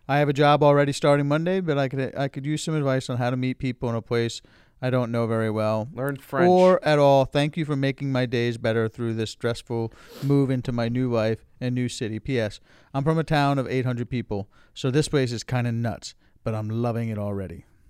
Speaker 5: I have a job already starting Monday, but I could I could use some advice on how to meet people in a place I don't know very well.
Speaker 3: Learn French.
Speaker 5: Or at all. Thank you for making my days better through this stressful move into my new life and new city. P.S. I'm from a town of 800 people, so this place is kind of nuts, but I'm loving it already.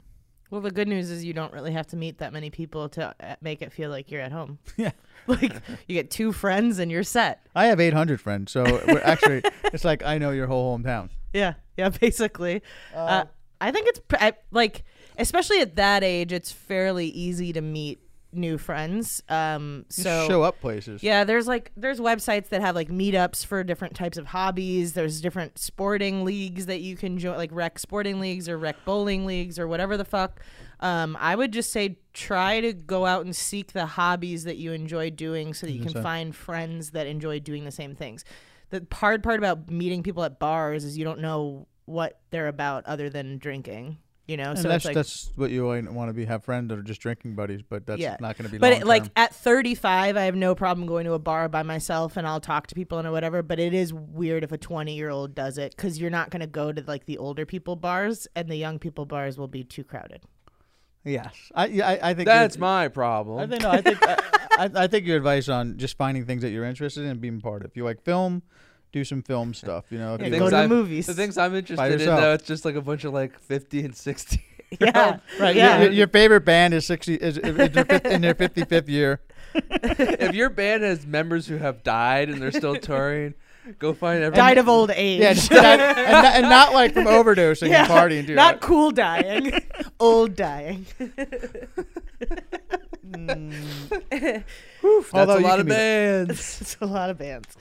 Speaker 6: Well, the good news is you don't really have to meet that many people to uh, make it feel like you're at home.
Speaker 5: Yeah.
Speaker 6: Like you get two friends and you're set.
Speaker 5: I have 800 friends, so we're actually, it's like I know your whole hometown.
Speaker 6: Yeah. Yeah. Basically, uh, I think it's pr- I, like, especially at that age, it's fairly easy to meet new friends. Um. So
Speaker 5: Show up places.
Speaker 6: Yeah, there's like there's websites that have like meetups for different types of hobbies. There's different sporting leagues that you can join, like rec sporting leagues or rec bowling leagues or whatever the fuck. Um, I would just say try to go out and seek the hobbies that you enjoy doing, so that you can find friends that enjoy doing the same things. The hard part about meeting people at bars is you don't know what they're about other than drinking. You know,
Speaker 5: And
Speaker 6: so it's
Speaker 5: that's,
Speaker 6: like
Speaker 5: that's what you want to be, have friends that are just drinking buddies, but that's
Speaker 6: Yeah.
Speaker 5: not going to be
Speaker 6: but it,
Speaker 5: long-term.
Speaker 6: like at 35 i have no problem going to a bar by myself and i'll talk to people and whatever but it is weird if a 20 year old does it because you're not going to go to like the older people bars and the young people bars will be too crowded
Speaker 5: Yes. I, yeah, I, I think
Speaker 3: That's
Speaker 5: you're-
Speaker 3: my problem.
Speaker 5: I think no, I think I, I, I think your advice on just finding things that you're interested in and being part of. If you like film, do some film stuff. You know, if you
Speaker 3: things
Speaker 5: like-
Speaker 6: to the
Speaker 3: I'm-
Speaker 6: movies.
Speaker 3: The things I'm interested in,
Speaker 5: yourself.
Speaker 3: though, it's just like a bunch of like 50 and 60.
Speaker 6: yeah
Speaker 5: Right, your-
Speaker 6: yeah
Speaker 5: your, your favorite band is sixty is, is their fif- in their fifty fifth year.
Speaker 3: if your band has members who have died and they're still touring, go find every.
Speaker 6: died of old age
Speaker 5: Yeah, just- and, not, and not- and not like from overdosing
Speaker 6: Yeah,
Speaker 5: and partying too.
Speaker 6: not cool dying old dying
Speaker 3: That's
Speaker 5: Although
Speaker 3: a
Speaker 5: you
Speaker 3: lot
Speaker 5: can
Speaker 3: of
Speaker 5: be-
Speaker 3: bands.
Speaker 6: it's a lot of bands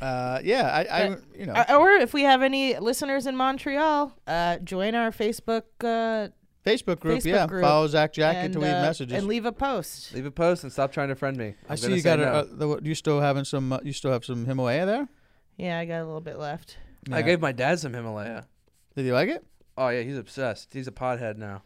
Speaker 5: Uh, yeah, I, I you know
Speaker 6: Uh, or if we have any listeners in montreal uh, join our facebook uh,
Speaker 5: Facebook group.
Speaker 6: Facebook
Speaker 5: yeah,
Speaker 6: group
Speaker 5: follow Zach Jacket
Speaker 6: and,
Speaker 5: to leave
Speaker 6: uh,
Speaker 5: messages.
Speaker 6: and leave a post
Speaker 3: Leave a post and stop trying to friend me.
Speaker 5: I
Speaker 3: I'm
Speaker 5: see
Speaker 3: gonna
Speaker 5: you
Speaker 3: say
Speaker 5: got a,
Speaker 3: no.
Speaker 5: uh, the, you still having some uh, you still have some Himalaya there.
Speaker 6: Yeah, I got a little bit left.
Speaker 3: I
Speaker 5: uh, Yeah.
Speaker 3: gave my dad some Himalaya.
Speaker 5: Did you like it?
Speaker 3: Oh yeah, he's obsessed. He's a pothead now.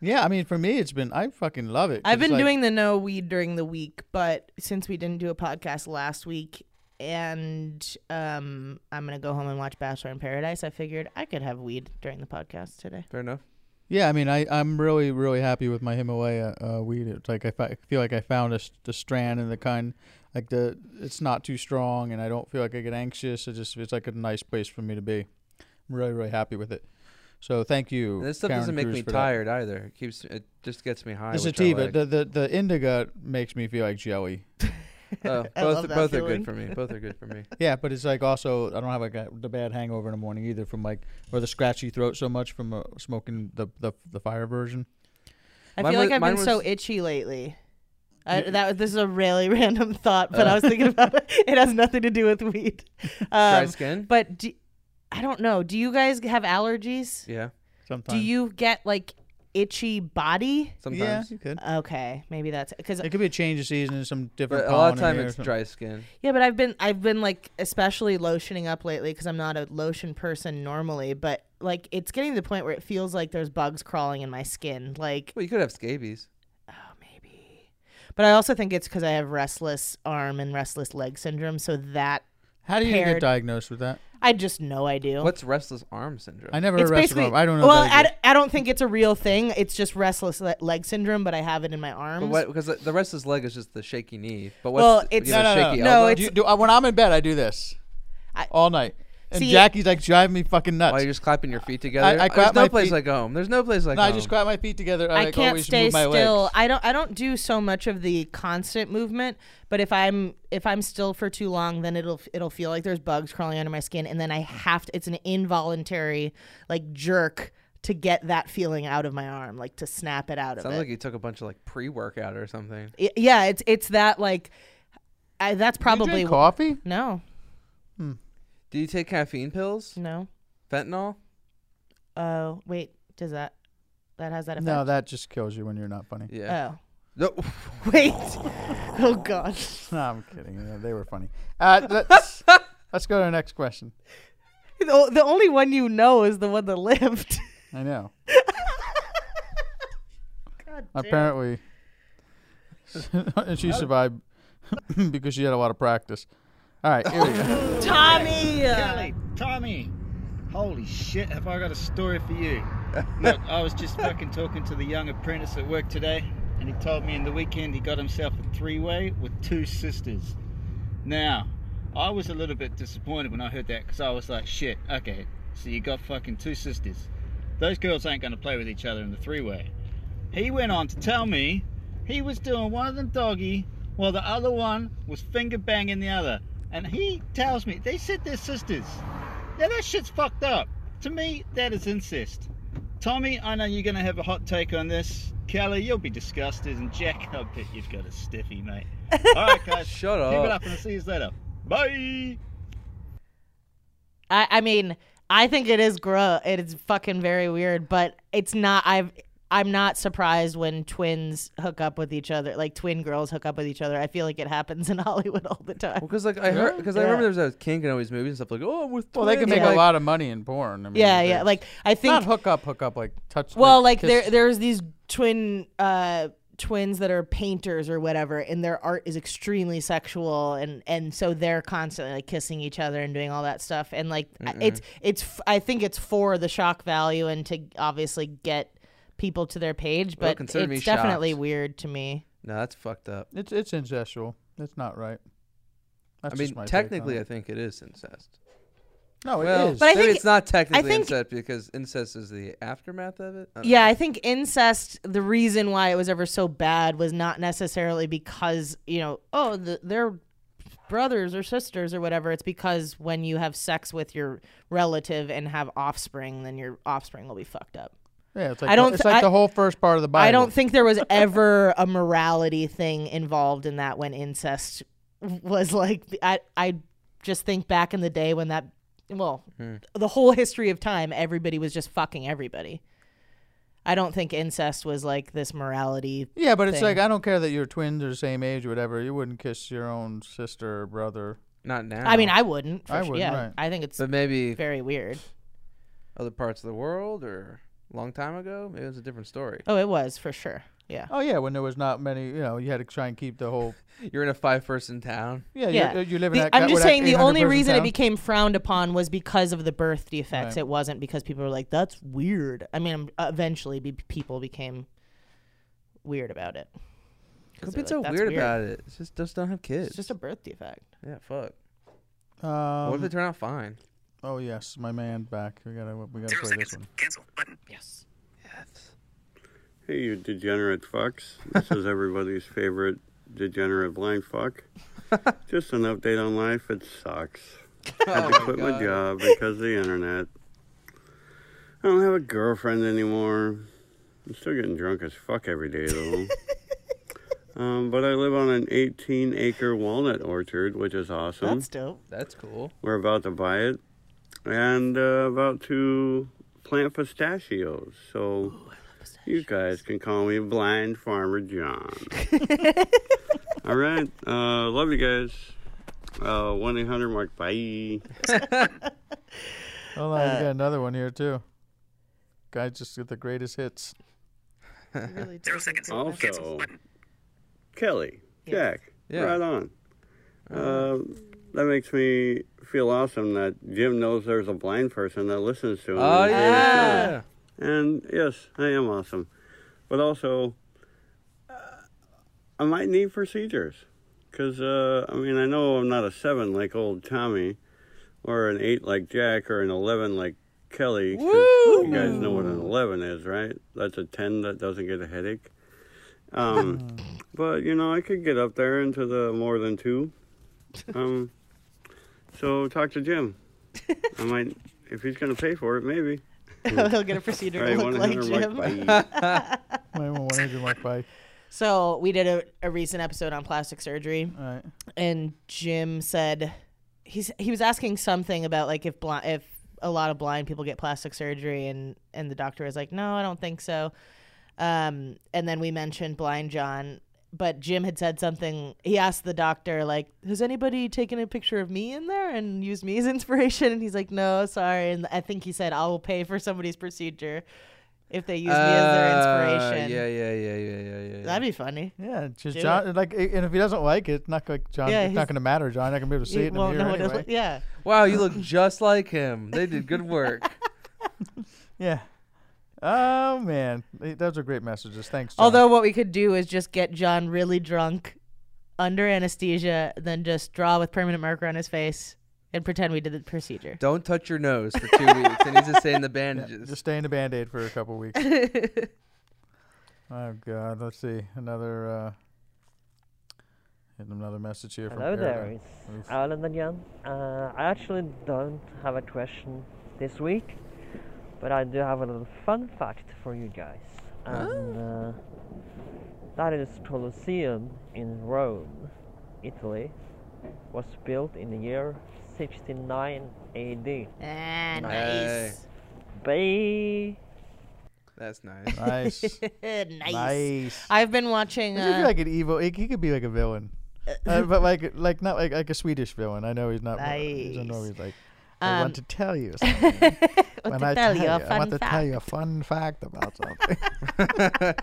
Speaker 5: Yeah, I mean for me it's been I fucking love it. 'cause
Speaker 6: I've been
Speaker 5: like-
Speaker 6: doing the no weed during the week, but since we didn't do a podcast last week and um, I'm going to go home and watch Bachelor in Paradise, I figured I could have weed during the podcast today.
Speaker 3: Fair enough.
Speaker 5: Yeah, I mean, I I'm really really happy with my Himalaya uh, weed. It's like I, fi- I feel like I found a, s- the strand and the kind like the it's not too strong, and I don't feel like I get anxious. It just it's like a nice place for me to be. I'm really really happy with it. So thank you.
Speaker 3: And this stuff
Speaker 5: Karen
Speaker 3: doesn't make
Speaker 5: Cruz,
Speaker 3: me
Speaker 5: for that.
Speaker 3: tired either. It keeps it just gets me high.
Speaker 5: The
Speaker 3: which I
Speaker 5: sativa,
Speaker 3: like.
Speaker 5: the, the the indica makes me feel like jelly.
Speaker 3: Oh,
Speaker 6: I
Speaker 3: both
Speaker 6: love that
Speaker 3: both are
Speaker 6: feeling.
Speaker 3: good for me. Both are good for me.
Speaker 5: yeah, but it's like also I don't have like a, the bad hangover in the morning either from like or the scratchy throat so much from uh, smoking the, the the fire version.
Speaker 6: I
Speaker 3: Mine
Speaker 6: feel
Speaker 3: was-
Speaker 6: like I've been
Speaker 3: mine
Speaker 6: so
Speaker 3: was-
Speaker 6: itchy lately. I, that was- this is a really random thought, but I
Speaker 3: Uh.
Speaker 6: was thinking about it. It has nothing to do with weed.
Speaker 3: Dry
Speaker 6: Um,
Speaker 3: skin.
Speaker 6: but do, I don't know. Do you guys have allergies?
Speaker 3: yeah.
Speaker 5: Sometimes
Speaker 6: Do you get like itchy body?
Speaker 5: Yeah,
Speaker 3: sometimes.
Speaker 5: you could.
Speaker 6: Okay, maybe that's because
Speaker 5: It could be a change of season and some different.
Speaker 3: But a lot
Speaker 5: pollen
Speaker 3: of
Speaker 5: in
Speaker 3: time
Speaker 5: the air or
Speaker 3: it's
Speaker 5: something.
Speaker 3: dry skin.
Speaker 6: yeah, but I've been I've been like especially lotioning up lately because I'm not a lotion person normally, but like it's getting to the point where it feels like there's bugs crawling in my skin, like
Speaker 3: Well, you could have scabies.
Speaker 6: oh maybe. But I also think it's because I have restless arm and restless leg syndrome, so that
Speaker 5: How do you
Speaker 6: paired-
Speaker 5: get diagnosed with that?
Speaker 6: I just know I do.
Speaker 3: What's restless arm syndrome?
Speaker 5: Oh. I never
Speaker 6: It's
Speaker 5: arrested
Speaker 6: basically
Speaker 5: them. I don't know.
Speaker 6: Well,
Speaker 5: that
Speaker 6: I,
Speaker 5: I
Speaker 6: d- I don't think it's a real thing. It's just restless le- leg syndrome, but I have it in my arms.
Speaker 3: But what? Because the- the restless leg is just the shaky knee. But what's
Speaker 6: Well,
Speaker 3: the-
Speaker 6: it's-
Speaker 3: you have
Speaker 5: no,
Speaker 3: a
Speaker 5: no,
Speaker 3: shaky
Speaker 5: no.
Speaker 3: elbow?
Speaker 6: No,
Speaker 5: do.
Speaker 6: it's-
Speaker 5: You, do I, when I'm in bed, I do this
Speaker 6: I-
Speaker 5: all night, and
Speaker 6: See,
Speaker 5: Jackie's like driving me fucking nuts.
Speaker 3: While you're just clapping your feet together.
Speaker 5: I
Speaker 3: There's
Speaker 5: clap
Speaker 3: no
Speaker 5: my
Speaker 3: place
Speaker 5: feet-
Speaker 3: like home. There's no place like
Speaker 5: no, I
Speaker 3: home.
Speaker 5: just clap my feet together. I,
Speaker 6: I
Speaker 5: like,
Speaker 6: can't
Speaker 5: always
Speaker 6: stay
Speaker 5: move my
Speaker 6: still.
Speaker 5: legs.
Speaker 6: I don't I don't do so much of the constant movement, but if I'm if I'm still for too long, then it'll it'll feel like there's bugs crawling under my skin and then I have to it's an involuntary like jerk to get that feeling out of my arm, like to snap it out of
Speaker 3: Sounds
Speaker 6: it.
Speaker 3: like you took a bunch of like pre-workout or
Speaker 5: Mm.
Speaker 3: something.
Speaker 6: Y- yeah, it's it's that like I, that's
Speaker 5: You drink
Speaker 6: probably wh-
Speaker 5: coffee.
Speaker 6: No.
Speaker 3: Do you take caffeine pills?
Speaker 5: Mm.
Speaker 6: No.
Speaker 3: Fentanyl?
Speaker 6: Oh, wait, does that that has that effect?
Speaker 5: No, that just kills you when you're not funny.
Speaker 3: Yeah.
Speaker 6: Oh.
Speaker 3: No.
Speaker 6: Wait. oh god.
Speaker 5: No, I'm kidding. Yeah, they were funny. Uh, let's let's go to our next question.
Speaker 6: The, o- the only one you know is the one that lived.
Speaker 5: I know. Apparently, and she survived because she had a lot of practice. All right, here we go.
Speaker 6: Tommy.
Speaker 12: Kelly, Tommy, holy shit, have I got a story for you. Look, I was just fucking talking to the young apprentice at work today, and he told me in the weekend he got himself a three way with two sisters. Now, I was a little bit disappointed when I heard that because I was like, shit, okay, so you got fucking two sisters. Those girls ain't going to play with each other in the three way. He went on to tell me he was doing one of them doggy while the other one was finger banging the other. And he tells me they said they're sisters. Now that shit's fucked up. To me, that is incest. Tommy, I know you're going to have a hot take on this. Kelly, you'll be disgusted. And Jack, I bet you've got a stiffy, mate. All right, guys.
Speaker 3: Shut
Speaker 12: Keep
Speaker 3: up.
Speaker 12: it up and I'll see you later. Bye.
Speaker 6: I, I mean, I think it is gross. It is fucking very weird, but it's not. I've. I'm not surprised when twins hook up with each other, like twin girls hook up with each other. I feel like it happens in Hollywood all the time.
Speaker 3: Because like I heard, because I remember
Speaker 6: Yeah.
Speaker 3: there was a kink in all these movies and stuff like, oh, I'm with.
Speaker 5: Well, they
Speaker 3: twins,"
Speaker 5: can make
Speaker 3: like,
Speaker 5: a lot of money in porn. I mean,
Speaker 6: yeah,
Speaker 5: they-
Speaker 6: yeah. Like I think
Speaker 5: not hook up, hook up, like touch.
Speaker 6: Well, like
Speaker 5: kiss.
Speaker 6: there there's these twin uh twins that are painters or whatever and their art is extremely sexual and and so they're constantly like kissing each other and doing all that stuff and like I- it's it's f- I think it's for the shock value and to obviously get people to their page
Speaker 3: Well,
Speaker 6: but
Speaker 3: consider me
Speaker 6: it's definitely
Speaker 3: shocked.
Speaker 6: weird to me.
Speaker 3: No, that's fucked up.
Speaker 5: It's it's incestual. It's not right. That's
Speaker 3: I
Speaker 5: just
Speaker 3: mean,
Speaker 5: my take on
Speaker 3: technically, I
Speaker 5: it. think
Speaker 3: think it is incest.
Speaker 5: no, it
Speaker 3: Well,
Speaker 5: is.
Speaker 6: But I
Speaker 3: maybe
Speaker 6: think-
Speaker 3: it's not technically
Speaker 6: think-
Speaker 3: incest because incest is the aftermath of it. I don't
Speaker 6: Yeah,
Speaker 3: know.
Speaker 6: I think incest. The reason why it was ever so bad was not necessarily because you know, oh, the, they're brothers or sisters or whatever. It's because when you have sex with your relative and have offspring, then your offspring will be fucked up.
Speaker 5: yeah, it's like
Speaker 6: I don't
Speaker 5: it's
Speaker 6: thi-
Speaker 5: like
Speaker 6: I-
Speaker 5: the whole first part of the Bible.
Speaker 6: I don't think there was ever a morality thing involved in that when incest was like I I just think back in the day when that well
Speaker 5: Hmm.
Speaker 6: the whole history of time everybody was just fucking everybody. I don't think incest was like this morality.
Speaker 5: Yeah, but it's
Speaker 6: thing.
Speaker 5: like I don't care that you're twins or the same age or whatever. You wouldn't kiss your own sister or brother.
Speaker 3: not now.
Speaker 6: I mean, I wouldn't. For
Speaker 5: I
Speaker 6: sure.
Speaker 5: wouldn't,
Speaker 6: Yeah,
Speaker 5: right.
Speaker 6: I think it's
Speaker 3: but maybe
Speaker 6: very weird.
Speaker 3: other parts of the world or a long time ago, maybe it was a different story.
Speaker 6: Oh, it was for sure. Yeah.
Speaker 5: Oh yeah, when there was not many, you know, you had to try and keep the whole.
Speaker 3: You're in a five-person town.
Speaker 5: Yeah,
Speaker 6: Yeah.
Speaker 5: You're, you're living.
Speaker 6: The-
Speaker 5: at,
Speaker 6: I'm just saying the only reason
Speaker 5: town.
Speaker 6: it became frowned upon was because of the birth defects.
Speaker 5: Right.
Speaker 6: It wasn't because people were like, "That's weird." I mean, um, eventually be- people became weird about it. 'Cause
Speaker 3: What's
Speaker 6: they're
Speaker 3: been so
Speaker 6: like, "That's
Speaker 3: weird, about it? It's just just don't have kids.
Speaker 6: It's just a birth defect.
Speaker 3: yeah, fuck.
Speaker 5: Um,
Speaker 3: what if they turn out fine?
Speaker 5: oh yes, my man back. We gotta we gotta play this one.
Speaker 13: Cancel button.
Speaker 12: Hey, you degenerate fucks. This is everybody's favorite degenerate blind fuck. Just an update on life. It sucks. Had to quit my job because of the internet. I don't have a girlfriend anymore. I'm still getting drunk as fuck every day, though. um, but I live on an 18 acre walnut orchard, which is awesome.
Speaker 6: That's dope.
Speaker 3: That's cool.
Speaker 12: We're about to buy it and uh, about to plant pistachios. So
Speaker 14: You guys can call me Blind Farmer John. All right. Uh, love you guys. Uh, 1 800 Mark. Bye.
Speaker 5: Hold on,
Speaker 6: Uh,
Speaker 5: we got another one here too. Guy just got the greatest hits.
Speaker 14: Zero seconds. Also, Kelly, Jack,
Speaker 5: Yeah.
Speaker 14: right on.
Speaker 3: Uh-huh.
Speaker 14: Uh, that makes me feel awesome that Jim knows there's a blind person that listens to him.
Speaker 3: Oh,
Speaker 14: and-
Speaker 3: yeah.
Speaker 14: And yes, I am awesome. But also, uh, I might need procedures. Because, uh, I mean, I know I'm not a seven like old Tommy, or an eight like Jack, or an 11 like Kelly. 'cause You guys know what an 11 is, right? That's a 10 that doesn't get a headache. Um, but, you know, I could get up there into the more than two. Um, so talk to Jim. I might, if he's going to pay for it, maybe.
Speaker 6: He'll get a procedure to
Speaker 14: Right,
Speaker 6: look like
Speaker 14: 100
Speaker 6: Jim.
Speaker 14: mark, bye.
Speaker 5: My one hundred mark bye.
Speaker 6: So we did a, a recent episode on plastic surgery,
Speaker 5: Alright.
Speaker 6: and Jim said he's he was asking something about like if blind if a lot of blind people get plastic surgery, and and the doctor was like, no, I don't think so. Um, and then we mentioned blind John, but Jim had said something. He asked the doctor like, has anybody taken a picture of me in there and used me as inspiration? And he's like, no, sorry. And I think he said I will pay for somebody's procedure if they use me as their
Speaker 3: Uh,
Speaker 6: inspiration.
Speaker 3: Yeah, yeah, yeah, yeah, yeah, yeah. yeah.
Speaker 6: That'd be funny.
Speaker 5: Yeah, just
Speaker 6: Do
Speaker 5: John.
Speaker 6: it.
Speaker 5: Like, and if he doesn't like it, not like John.
Speaker 6: Yeah,
Speaker 5: it's not
Speaker 6: he's-
Speaker 5: going to matter, John. I can be able to see
Speaker 6: You
Speaker 5: it in the
Speaker 6: won't
Speaker 5: mirror
Speaker 6: know what it
Speaker 5: anyway.
Speaker 6: look- yeah.
Speaker 3: Wow, you look just like him. They did good work.
Speaker 5: Yeah. Oh man, Th- those are great messages. Thanks. John.
Speaker 6: Although what we could do is just get John really drunk, under anesthesia, then just draw with permanent marker on his face and pretend we did the procedure.
Speaker 3: Don't touch your nose for two weeks. It needs to stay in the bandages.
Speaker 5: just stay in the band aid for a couple weeks. oh God, let's see another. uh hitting another message here from
Speaker 15: Hello there,
Speaker 5: Erica. Oof.
Speaker 15: it's Alan again. Uh, I actually don't have a question this week, but I do have a little fun fact for you guys. And uh, that is Colosseum in Rome, Italy, was built in the year 69 AD.
Speaker 6: Ah,
Speaker 3: Hey. nice.
Speaker 15: Bye.
Speaker 3: That's nice.
Speaker 5: Nice.
Speaker 6: nice.
Speaker 5: Nice.
Speaker 6: I've been watching.
Speaker 5: He could be
Speaker 6: Uh,
Speaker 5: like an evil. He, he could be like a villain, uh, but like like not like like a Swedish villain. I know he's not. He's a
Speaker 6: Nice.
Speaker 5: Norwegian. Like I want to
Speaker 6: Um,
Speaker 5: tell you. Something.
Speaker 6: want
Speaker 5: When
Speaker 6: to
Speaker 5: I
Speaker 6: tell you a
Speaker 5: I
Speaker 6: fun
Speaker 5: want to tell you a fun fact about something.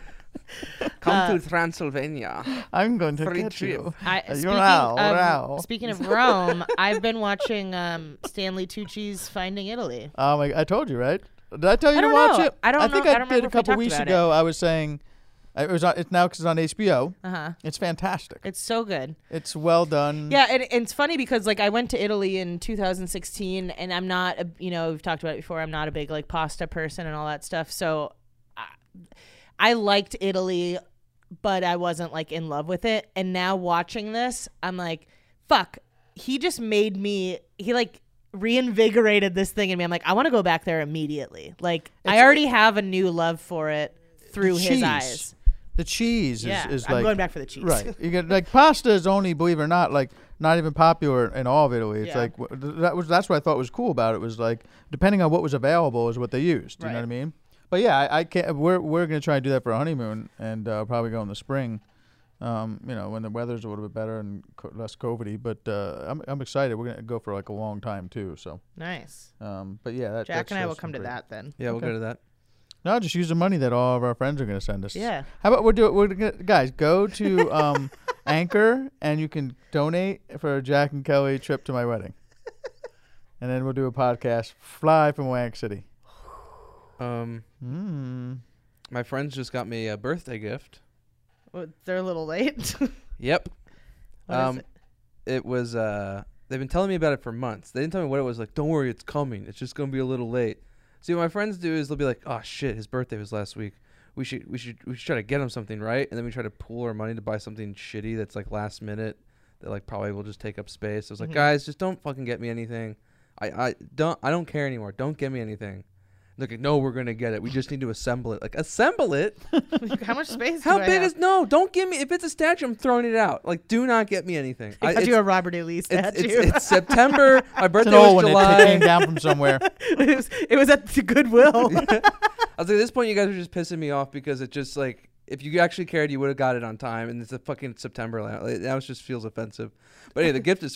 Speaker 3: Come
Speaker 6: Uh,
Speaker 3: to Transylvania.
Speaker 5: I'm going to
Speaker 3: Free
Speaker 5: get
Speaker 3: trip.
Speaker 5: you.
Speaker 6: I,
Speaker 5: Uh,
Speaker 6: speaking,
Speaker 5: wow,
Speaker 6: of,
Speaker 5: wow.
Speaker 6: speaking of Rome, I've been watching um, Stanley Tucci's Finding Italy.
Speaker 5: Oh my! I told you right. Did I tell you
Speaker 6: I
Speaker 5: to
Speaker 6: don't
Speaker 5: watch
Speaker 6: know.
Speaker 5: it?
Speaker 6: I don't
Speaker 5: I think
Speaker 6: know-
Speaker 5: I,
Speaker 6: I don't remember
Speaker 5: did a
Speaker 6: if we
Speaker 5: couple
Speaker 6: talked
Speaker 5: weeks
Speaker 6: about
Speaker 5: ago. I was saying it was on. It's now 'cause it's on HBO.
Speaker 6: Uh huh.
Speaker 5: It's fantastic.
Speaker 6: It's so good.
Speaker 5: It's well done.
Speaker 6: Yeah, and, and it's funny because like I went to Italy in 2016, and I'm not, a, you know, we've talked about it before. I'm not a big like pasta person and all that stuff. So I, I liked Italy, but I wasn't like in love with it. And now watching this, I'm like, fuck. He just made me. He like reinvigorated this thing in me. I'm like, I want to go back there immediately. Like I already have a new love for it through his
Speaker 5: cheese.
Speaker 6: eyes.
Speaker 5: The cheese is,
Speaker 6: Yeah,
Speaker 5: is
Speaker 6: I'm
Speaker 5: like
Speaker 6: going back for the cheese.
Speaker 5: Right. You get like pasta is only believe it or not like not even popular in all of Italy. It's
Speaker 6: Yeah.
Speaker 5: like wh- th- that was that's what I thought was cool about it was like depending on what was available is what they used. You know what I mean? But yeah, I, I can't. We're we're gonna try and do that for our honeymoon and uh, probably go in the spring. Um, you know when the weather's a little bit better and co- less covidy. But uh, I'm I'm excited. We're gonna go for like a long time too. So.
Speaker 6: Nice.
Speaker 5: Um, but yeah, that,
Speaker 6: Jack
Speaker 5: that's-
Speaker 6: and I
Speaker 5: that's
Speaker 6: will
Speaker 5: some
Speaker 6: come to
Speaker 5: great-
Speaker 6: that then.
Speaker 3: Yeah, we'll go to that.
Speaker 5: no, just use the money that all of our friends are going to send us.
Speaker 6: Yeah.
Speaker 5: How about we're doing? We're gonna, guys go to um, Anchor and you can donate for a Jack and Kelly trip to my wedding, and then we'll do a podcast fly from Wank City.
Speaker 3: Um,
Speaker 5: Mm.
Speaker 3: my friends just got me a birthday gift.
Speaker 6: Well, they're a little late.
Speaker 3: Yep.
Speaker 6: What is
Speaker 3: um,
Speaker 6: it?
Speaker 3: it? was. Uh, they've been telling me about it for months. They didn't tell me what it was. Like, don't worry, it's coming. It's just gonna be a little late. See, what my friends do is they'll be like, "Oh shit, his birthday was last week. We should, we should, we should try to get him something right." And then we try to pool our money to buy something shitty that's like last minute. That like probably will just take up space. I was like, guys, just don't fucking get me anything. I, I don't, I don't care anymore. Don't get me anything. They're like, no, we're gonna get it. We just need to assemble it. Like assemble it.
Speaker 6: How much space?
Speaker 3: How
Speaker 6: do I
Speaker 3: big
Speaker 6: have?
Speaker 3: is no? Don't give me. If it's a statue, I'm throwing it out. Like, do not get me anything.
Speaker 6: I
Speaker 3: it's-
Speaker 6: do a Robert E. Lee
Speaker 3: it's- it's-
Speaker 6: statue.
Speaker 3: It's, September. My birthday
Speaker 5: old one.
Speaker 3: was
Speaker 5: It
Speaker 3: July.
Speaker 5: came down from somewhere.
Speaker 6: it, was, it was at the Goodwill.
Speaker 3: I was like, at this point, you guys are just pissing me off because it just like if you actually cared, you would have got it on time. And it's a fucking September. Like, like, now it just feels offensive. But hey, the gift is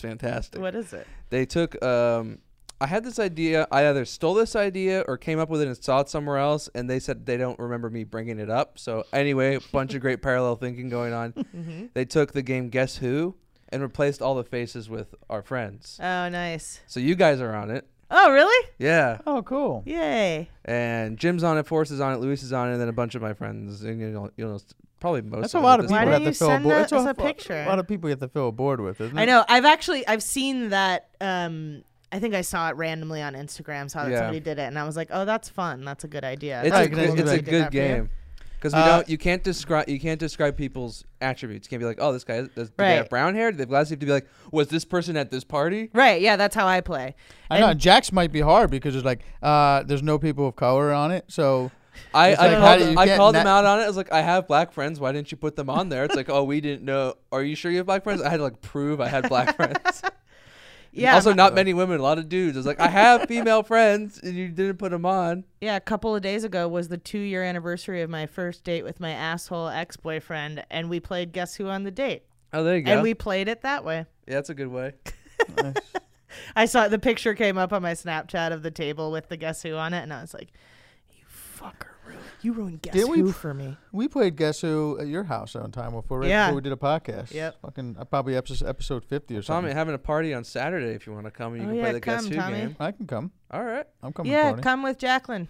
Speaker 3: fantastic.
Speaker 6: What is it?
Speaker 3: They took. um I had this idea. I either stole this idea or came up with it and saw it somewhere else. And they said they don't remember me bringing it up. So anyway, a bunch of great parallel thinking going on.
Speaker 5: Mm-hmm.
Speaker 6: Mhm.
Speaker 3: They took the game Guess Who and replaced all the faces with our friends.
Speaker 6: Oh, nice.
Speaker 3: So you guys are on it.
Speaker 6: Oh, really?
Speaker 3: Yeah.
Speaker 5: Oh, cool.
Speaker 6: Yay.
Speaker 3: And Jim's on it, Force is on it, Luis is on it, and then a bunch of my friends. And you know, you know s- probably most.
Speaker 5: That's a
Speaker 3: of
Speaker 5: lot of
Speaker 3: them
Speaker 5: people
Speaker 3: at
Speaker 5: have to
Speaker 3: this
Speaker 5: fill a
Speaker 6: send
Speaker 5: board.
Speaker 6: that
Speaker 5: That's
Speaker 6: as a
Speaker 5: fu-
Speaker 6: picture?
Speaker 5: A lot of people you have to fill a board with, isn't it?
Speaker 6: I know. I've actually I've seen that. Um, I think I saw it randomly on Instagram. Saw that
Speaker 5: Yeah.
Speaker 6: somebody did it, and I point. I was like, "Oh, that's fun. That's a good idea."
Speaker 3: It's
Speaker 6: That's
Speaker 3: a good,
Speaker 6: cool
Speaker 3: it's
Speaker 6: that
Speaker 3: a
Speaker 6: they did
Speaker 3: good
Speaker 6: that for you."
Speaker 3: game because we
Speaker 5: Uh,
Speaker 3: don't. You can't describe. You can't describe people's attributes. You can't be like, oh, this guy does. Do they have
Speaker 6: Right.
Speaker 3: brown hair? Do they have glasses? You have to be like, was this person at this party?
Speaker 6: Right? Yeah, that's how I play.
Speaker 5: I know.
Speaker 6: And-
Speaker 5: And Jack's might be hard because it's like uh, there's no people of color on it, so
Speaker 3: I,
Speaker 5: it's
Speaker 3: I
Speaker 5: like, how
Speaker 3: called,
Speaker 5: do you
Speaker 3: I
Speaker 5: get
Speaker 3: called them
Speaker 5: na-
Speaker 3: out on it. I was like, I have black friends. Why didn't you put them on there? It's like, oh, we didn't know. Are you sure you have black friends? I had to like prove I had black friends.
Speaker 6: Yeah,
Speaker 3: Also,
Speaker 6: my-
Speaker 3: not many women, a lot of dudes. I was like, I have female friends, and you didn't put them on.
Speaker 6: Yeah, a couple of days ago was the two-year anniversary of my first date with my asshole ex-boyfriend, and we played Guess Who on the date.
Speaker 3: Oh, there you go.
Speaker 6: And we played it that way.
Speaker 3: yeah, that's a good way.
Speaker 6: I saw the picture came up on my Snapchat of the table with the Guess Who on it, and I was like, "You fucker, you ruined Guess
Speaker 5: Didn't we
Speaker 6: Who
Speaker 5: p-
Speaker 6: for me."
Speaker 5: We played Guess Who at your house one time before, right
Speaker 6: Yeah.
Speaker 5: before we did a podcast.
Speaker 6: Yep.
Speaker 5: Fucking uh, probably episode, episode 50 or
Speaker 3: Tommy
Speaker 5: something.
Speaker 3: having a party on Saturday if you want to come. You
Speaker 6: Oh,
Speaker 3: can
Speaker 6: yeah,
Speaker 3: play the Guess
Speaker 6: come,
Speaker 3: Who
Speaker 6: Tommy.
Speaker 3: game.
Speaker 5: I can come.
Speaker 3: All right,
Speaker 5: I'm coming.
Speaker 6: yeah, come with Jacqueline.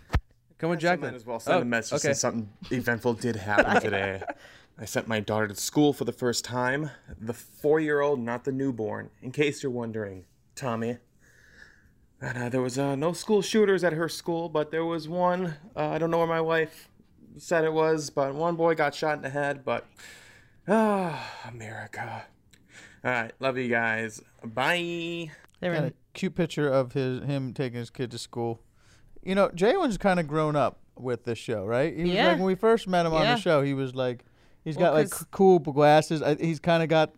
Speaker 3: Come with Jacqueline.
Speaker 16: Might as well send
Speaker 3: Oh,
Speaker 16: a message
Speaker 3: okay.
Speaker 16: since something eventful did happen today. I sent my daughter to school for the first time. The four-year-old, not the newborn. In case you're wondering, Tommy. And, uh, there was uh, no school shooters at her school, but there was one. Uh, I don't know where my wife said it was, but one boy got shot in the head. But ah, America. All right, love you guys. Bye.
Speaker 5: Got a cute picture of his him taking his kid to school. You know, Jalen's kind of grown up with this show, right? He was
Speaker 6: Yeah.
Speaker 5: like, when we first met him on
Speaker 6: Yeah.
Speaker 5: the show, he was like, he's
Speaker 6: Well,
Speaker 5: got like
Speaker 6: 'cause-
Speaker 5: c- cool glasses. I, he's kind of got.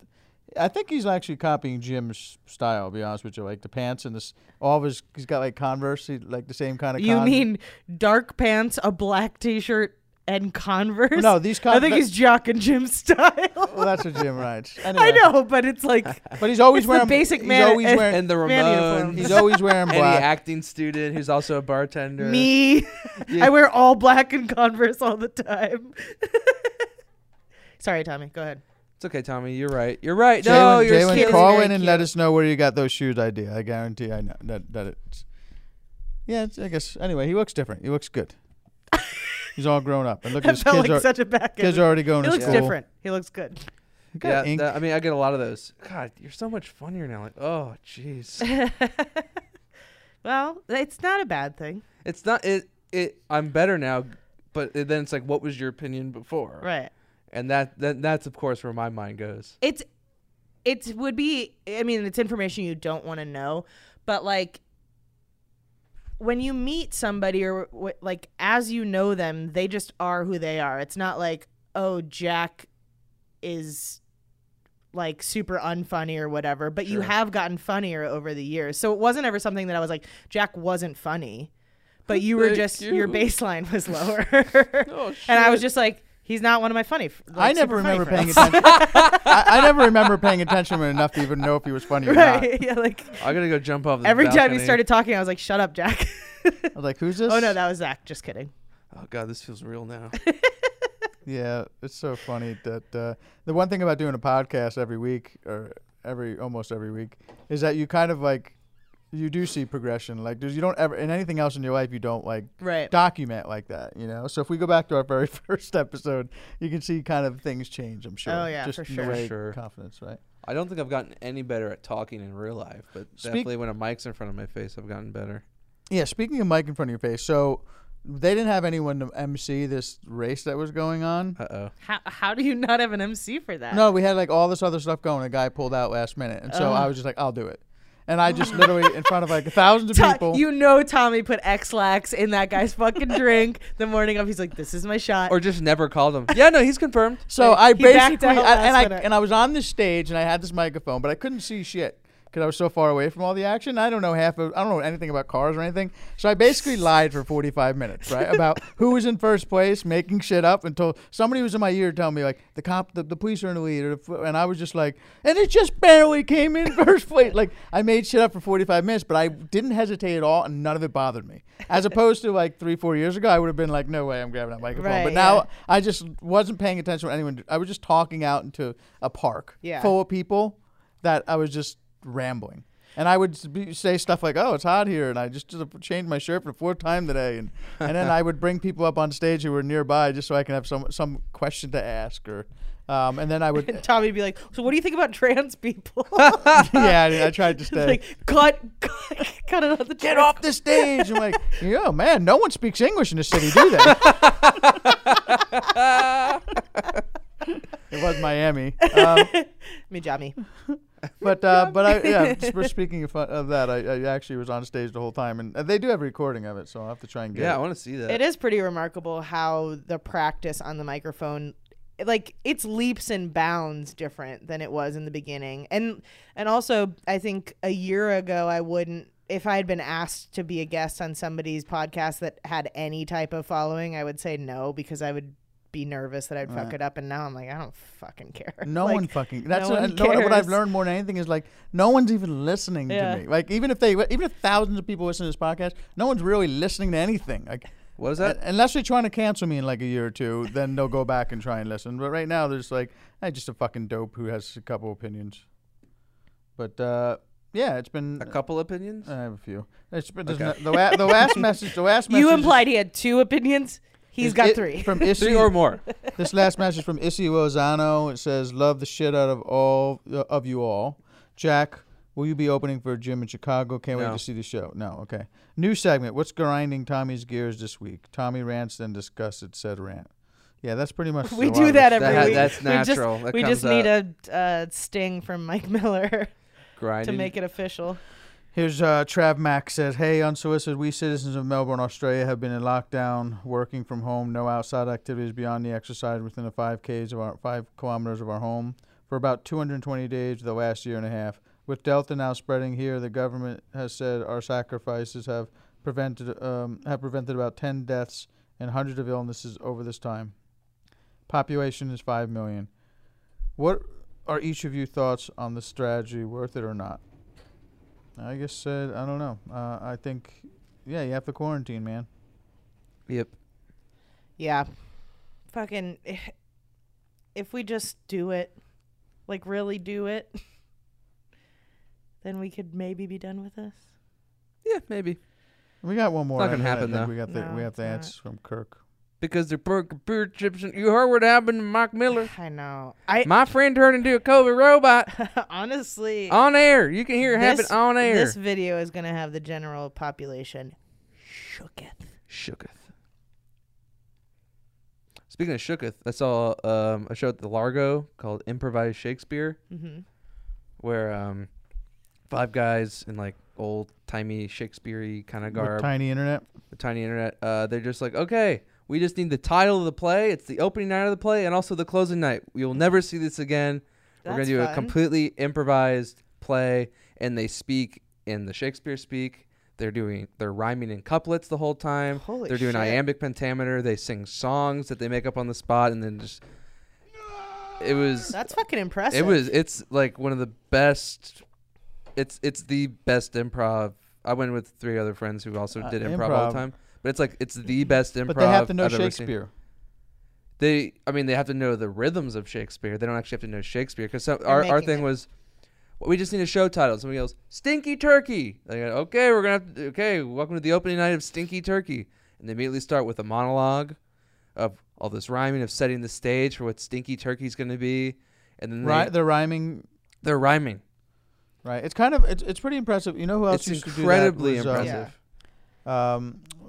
Speaker 5: I think he's actually copying Jim's style. To be honest with you, like the pants and this, all of his, he's got like Converse, he- like the same kind of.
Speaker 6: You mean dark pants, a black T-shirt, and Converse?
Speaker 5: No, these
Speaker 6: I
Speaker 5: Con-
Speaker 6: think he's Jock and Jim style.
Speaker 5: Well, that's what Jim rides.
Speaker 6: I
Speaker 5: Anyway.
Speaker 6: know, but it's like.
Speaker 5: But he's always
Speaker 6: it's
Speaker 5: wearing
Speaker 6: the basic
Speaker 5: he's
Speaker 6: man.
Speaker 5: always wearing
Speaker 3: and the
Speaker 6: man
Speaker 3: Ramones.
Speaker 6: uniforms.
Speaker 5: He's always wearing black.
Speaker 3: Any acting student who's also a bartender.
Speaker 6: Me,
Speaker 3: Yeah.
Speaker 6: I wear all black and Converse all the time. Sorry, Tommy. Go ahead.
Speaker 3: It's okay, Tommy. You're right. You're right. no,
Speaker 5: Jalen,
Speaker 3: you're
Speaker 5: Jalen,
Speaker 3: kidding.
Speaker 5: call in and let us know where you got those shoes idea. I guarantee I know that that it's. Yeah, it's, I guess. Anyway, he looks different. He looks good. He's all grown up. And look
Speaker 6: That
Speaker 5: at his
Speaker 6: felt
Speaker 5: kids.
Speaker 6: like
Speaker 5: are,
Speaker 6: such a back end.
Speaker 5: kids are already going
Speaker 6: He
Speaker 5: to
Speaker 6: looks
Speaker 5: school.
Speaker 6: different. He looks good.
Speaker 5: got
Speaker 3: Yeah,
Speaker 5: ink.
Speaker 3: that- I mean, I get a lot of those. God, you're so much funnier now. Like, oh, jeez.
Speaker 6: Well, it's not a bad thing.
Speaker 3: it's not it. It. I'm better now, but then it's like, what was your opinion before?
Speaker 6: Right.
Speaker 3: And that, that that's of course where my mind goes.
Speaker 6: It's it would be I mean, it's information you don't want to know, but like when you meet somebody or wh- like as you know them, they just are who they are. It's not like, "Oh, Jack is like super unfunny or whatever, but you
Speaker 17: Sure.
Speaker 6: have gotten funnier over the years. So it wasn't ever something that I was like, Jack wasn't funny, but you were
Speaker 17: Thank
Speaker 6: just your
Speaker 17: you. Oh,
Speaker 6: baseline was lower. And I was just like, he's not one of my funny. f-
Speaker 5: I
Speaker 6: like,
Speaker 5: never
Speaker 6: super funny
Speaker 5: remember paying
Speaker 6: friends."
Speaker 5: attention. I, I never remember paying attention enough to even know if he was funny or not.
Speaker 6: right? Yeah, like
Speaker 3: I gotta go jump off. This
Speaker 6: every time
Speaker 3: balcony.
Speaker 6: he started talking, I was like, "Shut up, Jack." I
Speaker 5: was like, "Who's this?"
Speaker 6: Oh no, that was Zach. Just kidding.
Speaker 3: Oh god, this feels real now.
Speaker 5: Yeah, it's so funny that uh, the one thing about doing a podcast every week or every almost every week is that you kind of like you do see progression. Like there's you don't ever in anything else in your life you don't like
Speaker 6: Right.
Speaker 5: document like that, you know. So if we go back to our very first episode, you can see kind of things change, I'm sure.
Speaker 6: Oh, yeah,
Speaker 5: Just
Speaker 6: for
Speaker 5: in the
Speaker 6: sure.
Speaker 5: way
Speaker 3: Sure.
Speaker 5: confidence, right?
Speaker 3: I don't think I've gotten any better at talking in real life, but
Speaker 5: Speak-
Speaker 3: definitely when a mic's in front of my face, I've gotten better.
Speaker 5: Yeah, speaking of Mike in front of your face, so they didn't have anyone to MC this race that was going on.
Speaker 3: Uh oh.
Speaker 6: How how do you not have an MC for that?
Speaker 5: No, we had like all this other stuff going. A guy pulled out last minute, and so
Speaker 6: Ugh.
Speaker 5: I was just like, "I'll do it." and I just literally in front of like thousands of
Speaker 6: To-
Speaker 5: people.
Speaker 6: you know, Tommy put X lax in that guy's fucking drink the morning of. He's like, "This is my shot."
Speaker 3: or just never called him. Yeah, no, he's confirmed.
Speaker 5: So I
Speaker 6: He backed out
Speaker 5: basically I-
Speaker 6: last
Speaker 5: and I
Speaker 6: minute.
Speaker 5: and I was on this stage and I had this microphone, but I couldn't see shit because I was so far away from all the action. I don't know half of I don't know anything about cars or anything. So I basically lied for 45 minutes, right, about who was in first place, making shit up until somebody was in my ear telling me like the cop, the, the police are in the lead, or the, fo- and I was just like, and it just barely came in first place. Like I made shit up for 45 minutes, but I didn't hesitate at all, and none of it bothered me. As opposed to like three, four years ago, I would have been like, no way, I'm grabbing that microphone.
Speaker 6: Right,
Speaker 5: but now
Speaker 6: yeah.
Speaker 5: I just wasn't paying attention to anyone. I was just talking out into a park
Speaker 6: Yeah.
Speaker 5: full of people that I was just rambling. And I would s- be, say stuff like, "Oh, it's hot here," and I just, just changed my shirt for the fourth time today, and, and then I would bring people up on stage who were nearby just so I can have some some question to ask, or um, and then I would,
Speaker 6: And Tommy'd be like, "So what do you think about trans people?"
Speaker 5: yeah, I, I tried to
Speaker 6: It's
Speaker 5: stay.
Speaker 6: like, cut, cut, cut it on the
Speaker 5: Get off the stage! I'm like, yo, man, no one speaks English in this city, do they? it was Miami. Um,
Speaker 6: me Johnny.
Speaker 5: but uh, but I yeah. s- we're speaking of, fun, of that, I, I actually was on stage the whole time, and uh, they do have a recording of it, so I'll have to try and get.
Speaker 3: Yeah,
Speaker 5: it.
Speaker 3: I wanna see
Speaker 6: It is pretty remarkable how the practice on the microphone like it's leaps and bounds different than it was in the beginning. And and also I think a year ago I wouldn't if I had been asked to be a guest on somebody's podcast that had any type of following, I would say no because I would be nervous that I'd fuck
Speaker 5: Right.
Speaker 6: it up and now I'm like I don't fucking care.
Speaker 5: No
Speaker 6: Like,
Speaker 5: one fucking. That's
Speaker 6: no
Speaker 5: what,
Speaker 6: one
Speaker 5: no one- what I've
Speaker 6: cares.
Speaker 5: learned more than anything is like no one's even listening
Speaker 6: Yeah.
Speaker 5: to me. Like even if they even if thousands of people listen to this podcast, no one's really listening to anything. Like
Speaker 3: what is that?
Speaker 5: unless they're trying to cancel me in like a year or two, then they'll go back and try and listen. But right now, there's like I just a fucking dope who has a couple opinions. But uh, yeah, it's been a
Speaker 3: couple opinions.
Speaker 6: Uh,
Speaker 5: I have a few. It's been there's
Speaker 3: Okay.
Speaker 5: no- the, la- the last message. The last message.
Speaker 6: You
Speaker 5: is-
Speaker 6: implied he had two opinions. He's
Speaker 5: is
Speaker 6: got
Speaker 5: it
Speaker 6: three.
Speaker 5: From Issy, this last message from Issy Lozano. It says, "Love the shit out of all uh, of you all." Jack, will you be opening for a gym in Chicago? Can't wait
Speaker 3: No.
Speaker 5: to see the show. No, okay. New segment. What's grinding Tommy's gears this week? Tommy rants then discuss it. Said rant. Yeah, that's pretty much.
Speaker 6: We
Speaker 5: a lot
Speaker 6: do
Speaker 5: of
Speaker 6: that
Speaker 5: it.
Speaker 6: every week. We just- we just need a uh, sting from Mike Miller to
Speaker 5: Grinding.
Speaker 6: make it official.
Speaker 5: Here's uh, Trav Mack says, "Hey, unsolicited, we citizens of Melbourne, Australia, have been in lockdown, working from home, no outside activities beyond the exercise within the five k's of our five kilometers of our home for about 220 days of the last year and a half. With Delta now spreading here, the government has said our sacrifices have prevented um, have prevented about 10 deaths and hundreds of illnesses over this time. Population is five million. What are each of you thoughts on the strategy, worth it or not?" I guess said I don't know. Uh, I think yeah, you have to quarantine, man.
Speaker 3: Yep.
Speaker 6: Yeah. Fucking eh, if we just do it, like really do it, then we could maybe be done with this.
Speaker 3: Yeah, maybe.
Speaker 5: We got one more.
Speaker 3: Not
Speaker 5: and
Speaker 3: gonna
Speaker 5: then I
Speaker 3: happen,
Speaker 5: think
Speaker 3: though.
Speaker 5: We got the
Speaker 6: No, it's
Speaker 5: we have the
Speaker 6: not.
Speaker 5: answers from Kirk.
Speaker 3: Because they're poor computer chips. And you heard what happened to Mike Miller.
Speaker 6: I know. I
Speaker 3: My friend turned into a COVID robot
Speaker 6: honestly
Speaker 3: on air. You can hear it happen
Speaker 6: this-
Speaker 3: on air.
Speaker 6: This video is gonna have the general population shooketh.
Speaker 3: Shooketh. Speaking of Shooketh, I saw um, a show at the Largo called Improvised Shakespeare,
Speaker 6: Mhm.
Speaker 3: where um, five guys in like old timey Shakespeare kind of
Speaker 5: With
Speaker 3: garb,
Speaker 5: tiny internet?
Speaker 3: the tiny internet. Uh, they're just like, okay, we just need the title of the play. It's the opening night of the play and also the closing night. We will never see this again. We're gonna
Speaker 6: That's
Speaker 3: do a
Speaker 6: fun.
Speaker 3: completely improvised play, and they speak in the Shakespeare speak. They're doing they're rhyming in couplets the whole time.
Speaker 6: Holy
Speaker 3: they're doing
Speaker 6: shit.
Speaker 3: iambic pentameter. They sing songs that they make up on the spot, and then just it was
Speaker 6: That's fucking impressive.
Speaker 3: It was it's like one of the best. It's it's the best improv. I went with three other friends who also
Speaker 5: Uh,
Speaker 3: did improv, all
Speaker 5: improv.
Speaker 3: the time. But it's like it's the best improv.
Speaker 5: But they have to know
Speaker 3: I've ever seen.
Speaker 5: Shakespeare.
Speaker 3: They, I mean, they have to know the rhythms of Shakespeare. They don't actually have to know Shakespeare because
Speaker 16: They're
Speaker 3: our our
Speaker 16: making
Speaker 3: thing was, well, we just need a show title. Somebody goes, "Stinky Turkey." They go, "Okay, we're gonna have to, okay, welcome to the opening night of Stinky Turkey," and they immediately start with a monologue of all this rhyming of setting the stage for what Stinky Turkey's gonna be, and then
Speaker 5: Right,
Speaker 3: they,
Speaker 5: they're rhyming.
Speaker 3: They're rhyming.
Speaker 5: Right. It's kind of it's, it's pretty impressive. You know who else
Speaker 3: It's
Speaker 5: used to do that?
Speaker 3: incredibly
Speaker 5: was, uh,
Speaker 3: impressive.
Speaker 5: Um, uh,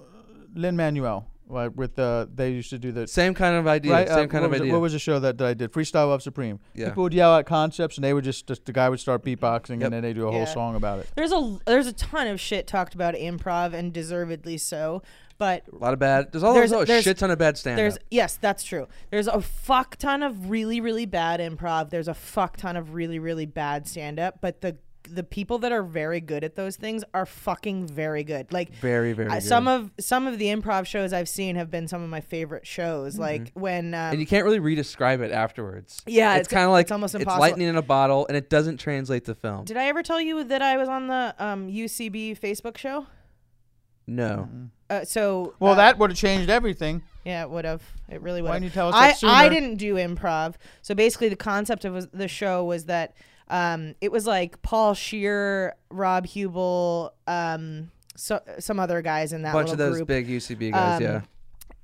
Speaker 5: Lin Manuel Why- With uh, they used to do the
Speaker 3: Same kind of idea,
Speaker 5: Right? uh,
Speaker 3: same kind
Speaker 5: what
Speaker 3: of
Speaker 5: was it-
Speaker 3: idea.
Speaker 5: What was the show that, that I did? Freestyle Love Supreme.
Speaker 3: Yeah.
Speaker 5: People would yell out concepts, and they would just, just the guy would start beatboxing,
Speaker 3: Yep.
Speaker 5: and then they do a whole
Speaker 6: Yeah.
Speaker 5: song about it.
Speaker 6: There's a there's a ton of shit talked about improv and deservedly so, but
Speaker 3: A lot of bad. There's all
Speaker 6: There's-
Speaker 3: those oh,
Speaker 6: there's-
Speaker 3: shit ton of bad stand
Speaker 6: There's yes, that's true. There's a fuck ton of really really bad improv. There's a fuck ton of really really bad stand up, but the the people that are very good at those things are fucking very good. Like
Speaker 3: Very, very
Speaker 6: uh, some
Speaker 3: good.
Speaker 6: of some of the improv shows I've seen have been some of my favorite shows. Like when um,
Speaker 3: Mm-hmm. and you can't really redescribe it afterwards.
Speaker 6: Yeah,
Speaker 3: it's,
Speaker 6: it's-
Speaker 3: kind of like
Speaker 6: it's almost
Speaker 3: it's
Speaker 6: impossible.
Speaker 3: lightning in a bottle, and it doesn't translate to film.
Speaker 6: Did I ever tell you that I was on the um, UCB Facebook show?
Speaker 3: No,
Speaker 6: Uh, so
Speaker 5: Well, that would have changed everything.
Speaker 6: Yeah, it would have. It really would.
Speaker 5: Why didn't you tell us
Speaker 6: I,
Speaker 5: that sooner?
Speaker 6: I didn't do improv. So basically, the concept of the show was that um, it was like Paul Shear, Rob Hubel, um, so, some other guys in that
Speaker 3: bunch of
Speaker 6: little
Speaker 3: those
Speaker 6: group.
Speaker 3: big UCB guys.
Speaker 6: Um,
Speaker 3: yeah,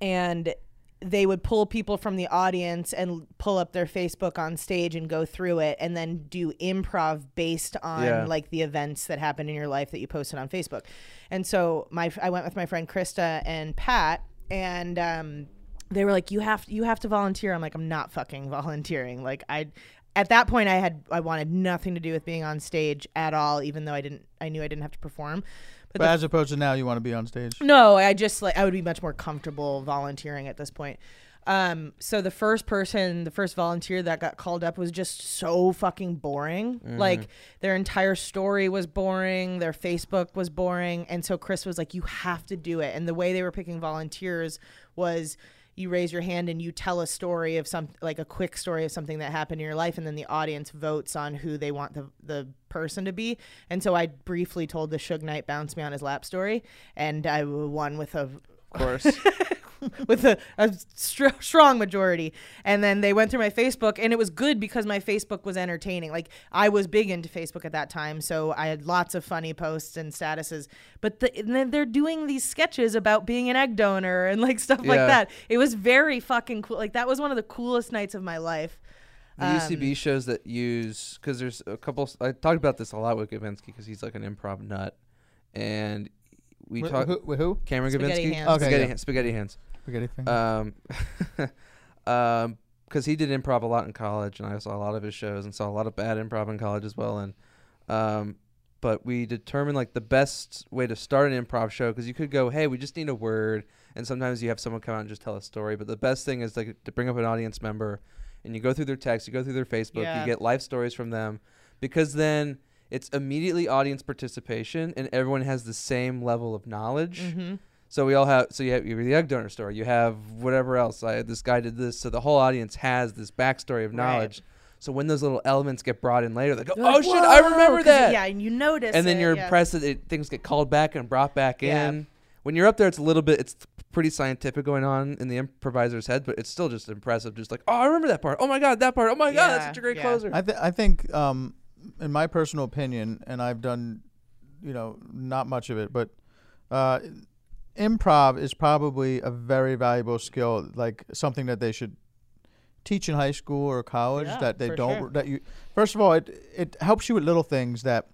Speaker 6: and they would pull people from the audience and pull up their Facebook on stage and go through it and then do improv based on
Speaker 17: Yeah.
Speaker 6: like the events that happened in your life that you posted on Facebook. And so my I went with my friend Krista and Pat and um they were like you have you have to volunteer. I'm like I'm not fucking volunteering. Like I at that point I had I wanted nothing to do with being on stage at all even though I didn't I knew I didn't have to perform.
Speaker 5: But,
Speaker 6: the
Speaker 5: as opposed to now, you want to be on stage.
Speaker 6: no, I just like I would be much more comfortable volunteering at this point. Um, so the first person, the first volunteer that got called up was just so fucking boring.
Speaker 17: Mhm.
Speaker 6: Like their entire story was boring, their Facebook was boring, and so Chris was like, "You have to do it." And the way they were picking volunteers was you raise your hand and you tell a story of some like a quick story of something that happened in your life and then the audience votes on who they want the, the person to be and so i briefly told the Suge knight bounce me on his lap story and i won with a of
Speaker 3: course
Speaker 6: with a, a str- strong majority and then they went through my facebook and it was good because my facebook was entertaining like i was big into facebook at that time so i had lots of funny posts and statuses but the, and then they're doing these sketches about being an egg donor and like stuff like
Speaker 3: Yeah.
Speaker 6: that it was very fucking cool like that was one of the coolest nights of my life
Speaker 3: the
Speaker 6: Um,
Speaker 3: UCB shows that use because there's a couple. s- I talked about this a lot with Gavinsky because he's like an improv nut, and we
Speaker 5: Wh-
Speaker 3: talked
Speaker 5: who- wh- who? Uh,
Speaker 3: Cameron
Speaker 5: Spaghetti
Speaker 3: Gavinsky.
Speaker 5: hands. Okay,
Speaker 3: spaghetti,
Speaker 5: yeah.
Speaker 3: Han- spaghetti hands.
Speaker 5: Spaghetti thing.
Speaker 3: Um, um, because he did improv a lot in college, and I saw a lot of his shows and saw a lot of bad improv in college as well. And um, but we determined like the best way to start an improv show because you could go, hey, we just need a word, and sometimes you have someone come out and just tell a story. But the best thing is like to bring up an audience member, and you go through their text, you go through their Facebook,
Speaker 16: Yeah.
Speaker 3: you get life stories from them, because then. It's immediately audience participation, and everyone has the same level of knowledge.
Speaker 6: Mm-hmm.
Speaker 16: Mhm.
Speaker 3: So we all have. So you have you have the egg donor story. You have whatever else. I this guy did this. So the whole audience has this backstory of
Speaker 6: Right.
Speaker 3: knowledge. So when those little elements get brought in later, they go,
Speaker 6: You're
Speaker 3: "Oh
Speaker 6: like,
Speaker 3: shit, I
Speaker 6: "Whoa,"
Speaker 3: remember
Speaker 6: 'cause-
Speaker 3: that."
Speaker 6: yeah, and you notice
Speaker 3: And then
Speaker 6: it,
Speaker 3: you're
Speaker 6: yeah.
Speaker 3: impressed that it, things get called back and brought back
Speaker 6: Yeah.
Speaker 3: in. When you're up there, it's a little bit. It's pretty scientific going on in the improviser's head, but it's still just impressive. Just like, "Oh, I remember that part. Oh my god, that part. Oh my god, that's such a great closer."
Speaker 5: I, th- I think, um, in my personal opinion, and I've done, you know, not much of it, but uh, improv is probably a very valuable skill, like something that they should teach in high school or college.
Speaker 2: Yeah,
Speaker 5: that they
Speaker 2: for
Speaker 5: don't.
Speaker 2: sure.
Speaker 5: That you first of all, it it helps you with little things that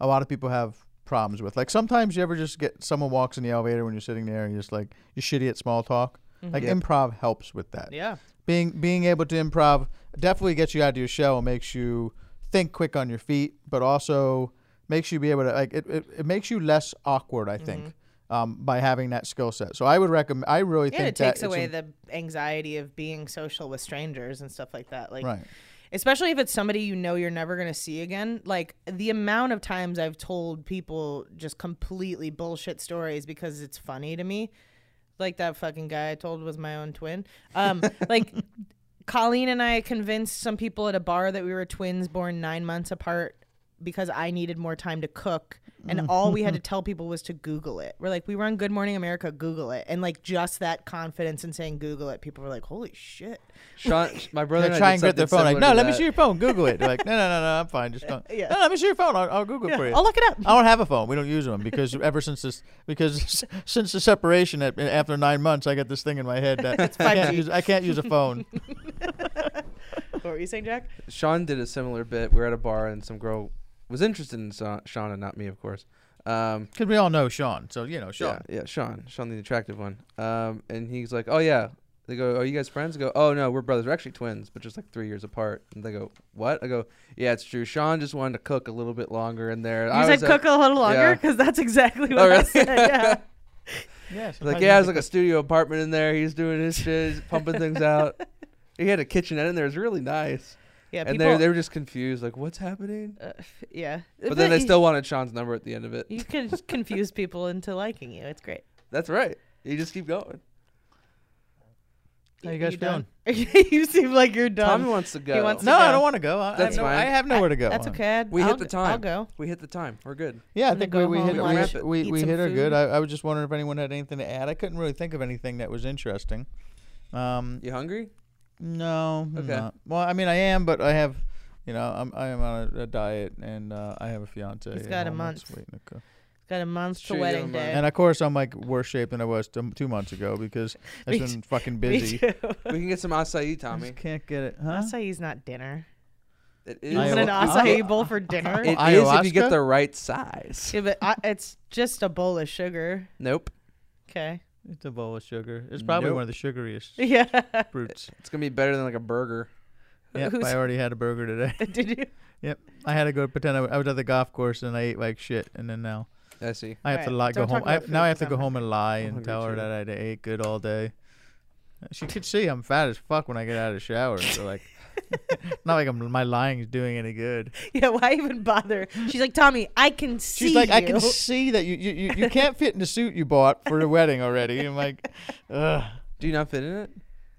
Speaker 5: a lot of people have problems with. Like sometimes you ever just get someone walks in the elevator when you're sitting there and you're just like you're shitty at small talk. Like
Speaker 2: Mhm. Yep.
Speaker 5: improv helps with that
Speaker 2: Yeah.
Speaker 5: being being able to improv definitely gets you out of your shell and makes you think quick on your feet, but also makes you be able to like it. It, it makes you less awkward, I think, um, by having that skill set. So I would recommend. I really
Speaker 6: Mm-hmm. Yeah,
Speaker 5: think
Speaker 6: it takes
Speaker 5: that it's
Speaker 6: away
Speaker 5: im-
Speaker 6: the anxiety of being social with strangers and stuff like that. Like,
Speaker 5: Right.
Speaker 6: especially if it's somebody you know you're never going to see again. Like the amount of times I've told people just completely bullshit stories because it's funny to me. Like that fucking guy I told was my own twin. Um, like Colleen and I convinced some people at a bar that we were twins born nine months apart because I needed more time to cook. And all we had to tell people was to Google it. We're like, we were on Good Morning America, Google it. And like just that confidence in saying Google it, people were like, holy shit.
Speaker 3: Sean, my brother,
Speaker 5: They're
Speaker 3: and I
Speaker 5: trying
Speaker 3: did
Speaker 5: to get their phone. Like,
Speaker 3: something
Speaker 5: no,
Speaker 3: similar to
Speaker 5: let me
Speaker 3: that."
Speaker 5: see your phone. Google it. They're like, no, no, no, no, I'm fine. Just don't.
Speaker 6: Yeah.
Speaker 5: No, no, let me see your phone. I'll, I'll Google it
Speaker 6: Yeah,
Speaker 5: for you.
Speaker 6: I'll Oh, look it up.
Speaker 5: I don't have a phone. We don't use them because ever since this, because since the separation at, after nine months, I got this thing in my head that
Speaker 6: It's 5G.
Speaker 5: I can't use. I can't use a phone.
Speaker 6: what were you saying, Jack?
Speaker 3: Sean did a similar bit. We were at a bar and some girl was interested in Sa- Sean and not me, of course. Um,
Speaker 5: Because we all know Sean, so you know Sean.
Speaker 3: Yeah, yeah, Sean, Sean, the attractive one. Um, and he's like, "Oh yeah." They go, "Are you guys friends?" I go, "Oh no, we're brothers. We're actually twins, but just like three years apart." And they go, "What?" I go, "Yeah, it's true. Sean just wanted to cook a little bit longer in there."
Speaker 14: You
Speaker 3: I
Speaker 14: said
Speaker 3: was
Speaker 14: cook a little longer
Speaker 3: Yeah.
Speaker 14: because that's exactly what
Speaker 3: Oh,
Speaker 14: I
Speaker 3: really?
Speaker 14: said. Yeah.
Speaker 5: Oh, yeah
Speaker 3: like yeah, it's like a studio apartment in there. He's doing his shit, he's pumping things out. He had a kitchenette in there. It's really nice.
Speaker 14: Yeah,
Speaker 3: and
Speaker 14: Uh, people- Uh,
Speaker 3: they they were just confused, like, "What's happening?"
Speaker 6: uh, yeah.
Speaker 3: But, then they
Speaker 6: you-
Speaker 3: still wanted Sean's number at the end of it.
Speaker 6: You can just confuse people into liking you. It's great.
Speaker 3: That's right. You just keep going.
Speaker 5: How you guys feeling?
Speaker 6: you seem like you're done.
Speaker 3: Tommy wants to go.
Speaker 6: He wants
Speaker 5: No,
Speaker 6: to go.
Speaker 5: I don't want to go. I,
Speaker 3: That's
Speaker 5: I, have no-
Speaker 3: fine.
Speaker 5: I have nowhere to go.
Speaker 6: That's
Speaker 5: on.
Speaker 6: okay.
Speaker 3: We
Speaker 6: I'll-
Speaker 3: hit the time.
Speaker 6: I'll go.
Speaker 3: We hit the time. We're good.
Speaker 5: Yeah, I
Speaker 6: I'm
Speaker 5: think we,
Speaker 6: gonna
Speaker 5: we
Speaker 6: go
Speaker 5: hit
Speaker 6: home,
Speaker 5: we,
Speaker 6: wrap
Speaker 5: hit-
Speaker 6: it,
Speaker 5: we,
Speaker 6: eat
Speaker 5: we
Speaker 6: some
Speaker 5: hit her
Speaker 6: food.
Speaker 5: good. I, I was just wondering if anyone had anything to add. I couldn't really think of anything that was interesting. Um,
Speaker 3: You hungry?
Speaker 5: No. I'm
Speaker 3: Okay.
Speaker 5: not. Well, I mean, I am, but I have, you know, I'm I am on a, a diet and uh, I have a fiance.
Speaker 6: He's
Speaker 5: at
Speaker 6: got a
Speaker 5: home that's
Speaker 6: month.
Speaker 5: waiting to go.
Speaker 6: Got a monster
Speaker 3: Sure, you have a
Speaker 6: wedding
Speaker 3: month.
Speaker 6: day.
Speaker 5: And of course, I'm like worse shape than I was two, two months ago because I've
Speaker 6: Me
Speaker 5: been
Speaker 6: too.
Speaker 5: fucking
Speaker 6: Me
Speaker 5: busy.
Speaker 6: too.
Speaker 3: We can get some acai,
Speaker 5: I
Speaker 3: Tommy.
Speaker 5: just can't get it, huh?
Speaker 6: Acai's not dinner.
Speaker 3: It
Speaker 6: You want an
Speaker 5: Ayahuasca?
Speaker 6: acai bowl for dinner?
Speaker 3: It is if you
Speaker 5: Ayahuasca?
Speaker 3: get the right size.
Speaker 6: Yeah, but I, it's just a bowl of sugar.
Speaker 3: Nope.
Speaker 6: Okay.
Speaker 5: It's a bowl of sugar. It's probably
Speaker 3: Nope.
Speaker 5: one of the sugariest
Speaker 6: Yeah.
Speaker 5: fruits.
Speaker 3: It's gonna be better than like a burger.
Speaker 5: Yep,
Speaker 6: Who's-
Speaker 5: I already had a burger today.
Speaker 6: Did you?
Speaker 5: Yep. I had to go pretend I, w- I was at the golf course and I ate like shit, and then now
Speaker 3: I see.
Speaker 5: I have to
Speaker 6: Alright,
Speaker 5: lie, go
Speaker 6: don't
Speaker 5: home.
Speaker 6: talk
Speaker 5: I,
Speaker 6: about
Speaker 5: now
Speaker 6: food
Speaker 5: I have to
Speaker 6: 'cause
Speaker 5: go
Speaker 6: I'm
Speaker 5: home and lie and
Speaker 3: hungry
Speaker 5: tell her
Speaker 3: too.
Speaker 5: that I ate good all day. She could see I'm fat as fuck when I get out of the shower. So like, not like I'm my lying is doing any good.
Speaker 6: Yeah, why even bother? She's like, Tommy, I can see
Speaker 5: She's like, I
Speaker 6: you."
Speaker 5: can see that you you, you, you can't fit in the suit you bought for the wedding already. I'm like, ugh.
Speaker 3: Do you not fit in it?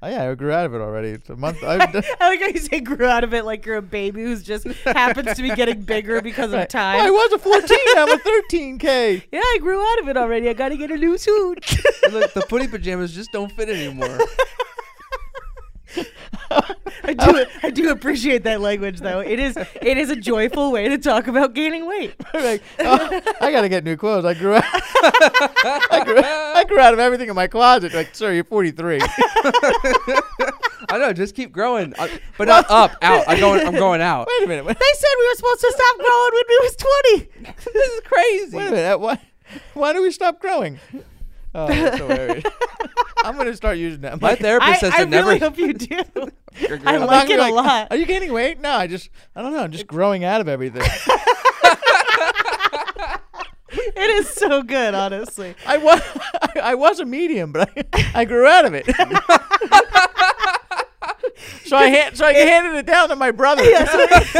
Speaker 5: Oh, yeah, I grew out of it already. It's a month. I've done,
Speaker 6: I like how you say grew out of it like you're a baby who's just happens to be getting bigger because of time.
Speaker 5: I was a 14. I'm a 13k.
Speaker 6: yeah, I grew out of it already. I gotta get a new suit.
Speaker 3: Look, the footy pajamas just don't fit anymore.
Speaker 6: I do I do appreciate that language though. It is it is a joyful way to talk about gaining weight.
Speaker 5: like, oh, I gotta get new clothes. I grew out. I, grew, I grew out of everything in my closet. Like, sir, you're 43.
Speaker 3: I know. Just keep growing, I, but not up, out. I'm going. I'm going out.
Speaker 5: Wait a minute. Wait,
Speaker 6: They said we were supposed to stop growing when we was twenty.
Speaker 3: This is crazy.
Speaker 5: wait a minute. Why? Why do we stop growing? Oh, that's hilarious. I'm gonna start using that.
Speaker 3: My
Speaker 5: Like,
Speaker 3: therapist
Speaker 6: I,
Speaker 3: says
Speaker 6: I
Speaker 3: to
Speaker 6: really
Speaker 3: never.
Speaker 6: hope you do.
Speaker 3: You're
Speaker 6: I
Speaker 3: growing.
Speaker 5: I'm
Speaker 6: like
Speaker 5: not
Speaker 6: it
Speaker 5: gonna
Speaker 6: a
Speaker 5: be
Speaker 6: lot.
Speaker 5: Are you gaining weight? No, I just. I don't know. I'm just growing out of everything.
Speaker 6: It is so good, honestly.
Speaker 5: I was. I, I was a medium, but I, I grew out of it. so I hand, so I handed it down to my brother.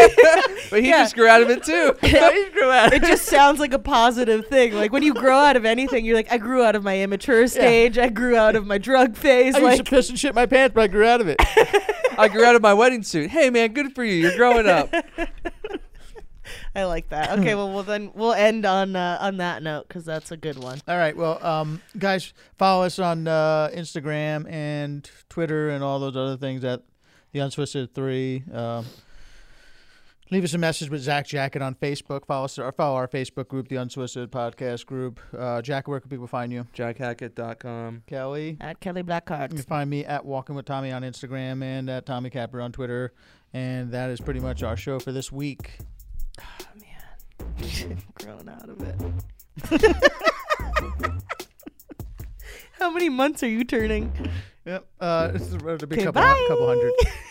Speaker 3: but he just grew out of it too.
Speaker 5: he grew out.
Speaker 6: It just sounds like a positive thing. Like when you grow out of anything, you're like, I grew out of my immature stage. I grew out of my drug phase.
Speaker 5: I
Speaker 6: like,
Speaker 5: used to piss and shit my pants, but I grew out of it.
Speaker 3: I grew out of my wedding suit. Hey man, good for you. You're growing up.
Speaker 6: I like that. Okay, well, well then we'll end on uh, on that note because that's a good one.
Speaker 5: All right. Well, um, guys, follow us on uh, Instagram and Twitter and all those other things at the Unswisted Three. Um, leave us a message with Zach Jacket on Facebook. Follow us or follow our Facebook group, the Unswisted Podcast Group. Uh, Jack, where can people find you?
Speaker 3: JackHackett.com.
Speaker 5: Kelly.
Speaker 6: At Kelly Black
Speaker 5: You
Speaker 6: Cards.
Speaker 5: can find me at Walking with Tommy on Instagram and at Tommy Capper on Twitter. And that is pretty much our show for this week. Mm.
Speaker 6: Grown out of it. How many months are you turning?
Speaker 5: Yep. Uh, it's a big
Speaker 6: Okay,
Speaker 5: uh, couple, hun- couple
Speaker 6: bye.
Speaker 5: hundred.